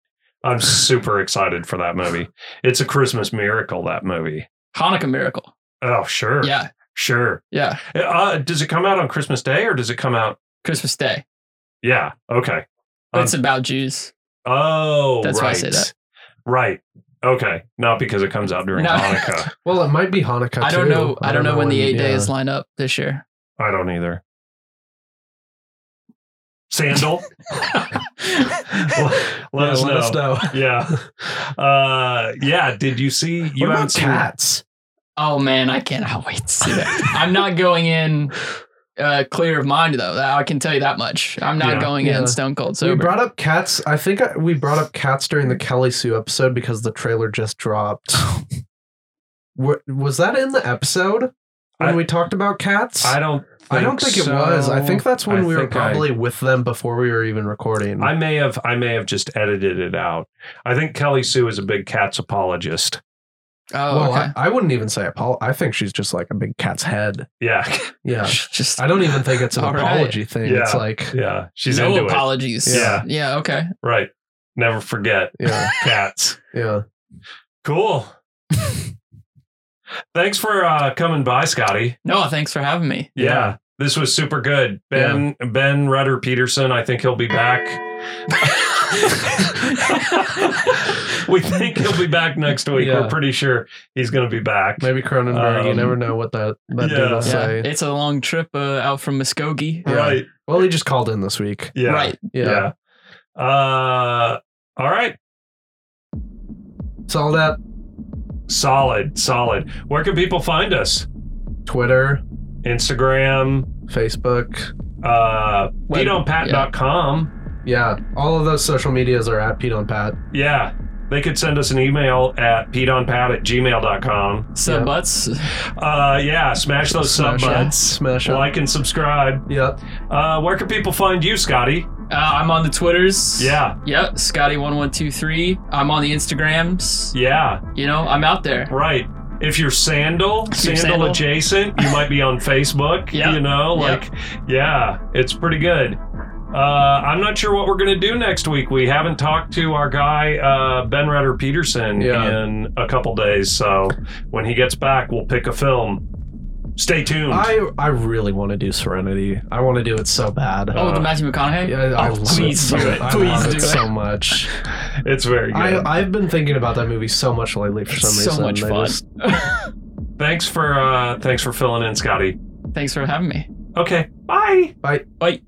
S1: I'm super excited for that movie. It's a Christmas miracle. That movie.
S3: Hanukkah miracle.
S1: Oh sure,
S3: Yeah.
S1: sure.
S3: Yeah.
S1: Uh, does it come out on Christmas Day or does it come out?
S3: Christmas Day.
S1: Yeah. Okay.
S3: But it's about Jews.
S1: Oh,
S3: That's
S1: right.
S3: why I say that.
S1: Right. Okay, not because it comes out during
S3: No.
S1: Hanukkah.
S2: Well, it might be Hanukkah.
S3: I don't
S2: too.
S3: know. I don't know when the eight
S2: yeah.
S3: days line up this year.
S1: I don't either. Sandal, let,
S2: Yeah,
S1: us,
S2: let
S1: know.
S2: us know.
S1: Yeah, uh, yeah. Did you see? You
S2: what
S1: haven't
S2: about
S1: seen-
S2: cats?
S3: Oh man, I cannot wait to see that. I'm not going in uh, clear of mind though. That- I can tell you that much. I'm not
S1: Yeah.
S3: going
S2: Yeah.
S3: in stone cold
S2: we
S3: sober.
S2: brought up cats. I think I, we brought up cats during the Kelly Sue episode because the trailer just dropped. Wa- was that in the episode when
S1: I-
S2: we talked about cats?
S1: I don't. Think
S2: I don't think it
S1: so.
S2: was. I think that's when
S1: I
S2: we were
S1: think I-
S2: probably with them before we were even recording.
S1: I may have. I may have just edited it out. I think Kelly Sue is a big cats apologist.
S3: oh,
S2: well,
S3: okay.
S2: I, I wouldn't even say apol. I think she's just like a big cat's head.
S1: Yeah,
S2: Yeah.
S3: Just
S2: I don't even think it's an
S3: All right.
S2: apology thing. It's
S1: Yeah.
S2: like,
S1: yeah. She's
S3: no
S1: into
S3: apologies.
S1: Yeah.
S3: Yeah. Okay.
S1: it. Right. Never forget
S2: yeah,
S1: cats.
S2: yeah.
S1: Cool. Thanks for uh, coming by, Scotty.
S3: No, thanks for having me.
S1: Yeah. This was super good. Ben Ben Rudder Peterson, I think he'll be back. we think he'll be back next week.
S2: Yeah.
S1: We're pretty sure he's going to be back.
S2: Maybe Cronenberg. you
S1: Um,
S2: never know what that that dude
S1: yeah.
S2: will
S1: Yeah.
S3: Yeah.
S2: say.
S3: It's a long trip uh, out from Muskogee.
S1: Right.
S2: Well, he just called in this week.
S1: Yeah.
S3: Right.
S1: Yeah. Uh all right.
S2: It's all that
S1: Solid. Solid. Where can people find us?
S2: Twitter,
S1: Instagram,
S2: Facebook.
S1: uh peteonpat.com.
S2: Yeah, all of those social medias are at Pete on Pat.
S1: Yeah. They could send us an email at peteonpat at gmail.com.
S3: So
S2: Yeah.
S3: butts.
S1: Uh, yeah, smash those sub
S2: Smash 'em.
S1: buttons.
S2: Smash 'em.
S1: Like and subscribe.
S2: Yep.
S1: Uh, where can people find you, Scotty?
S3: Uh, I'm on the Twitters.
S1: Yeah.
S3: Yep. Scotty1123. I'm on the Instagrams.
S1: Yeah,
S3: You know, I'm out there.
S2: Uh,
S1: right. If you're sandal,
S3: If
S1: sandal,
S3: you're Sandal.
S1: adjacent, you might be on Facebook.
S3: Yeah.
S1: You know,
S3: Yeah.
S1: like, yeah, it's pretty good. Uh, I'm not sure what we're going to do next week. We haven't talked to our guy, uh, Ben Rutter Peterson,
S2: Yeah.
S1: in a couple days. So when he gets back, we'll pick a film. Stay tuned.
S2: I I really want to do Serenity. I want to do it so bad.
S3: Oh,
S1: Uh,
S3: the Matthew McConaughey.
S2: yeah, I
S3: Oh,
S2: love
S3: please
S2: it so,
S3: do it.
S2: I
S3: Please
S2: love
S3: do
S2: it
S3: it.
S2: so much.
S1: it's very good.
S2: I I've been thinking about that movie so much lately for
S3: It's
S2: some reason.
S3: so much
S2: I
S3: fun.
S2: just-
S1: thanks for uh, thanks for filling in, Scotty.
S3: Thanks for having me.
S1: Okay, bye.
S2: Bye.
S3: Bye.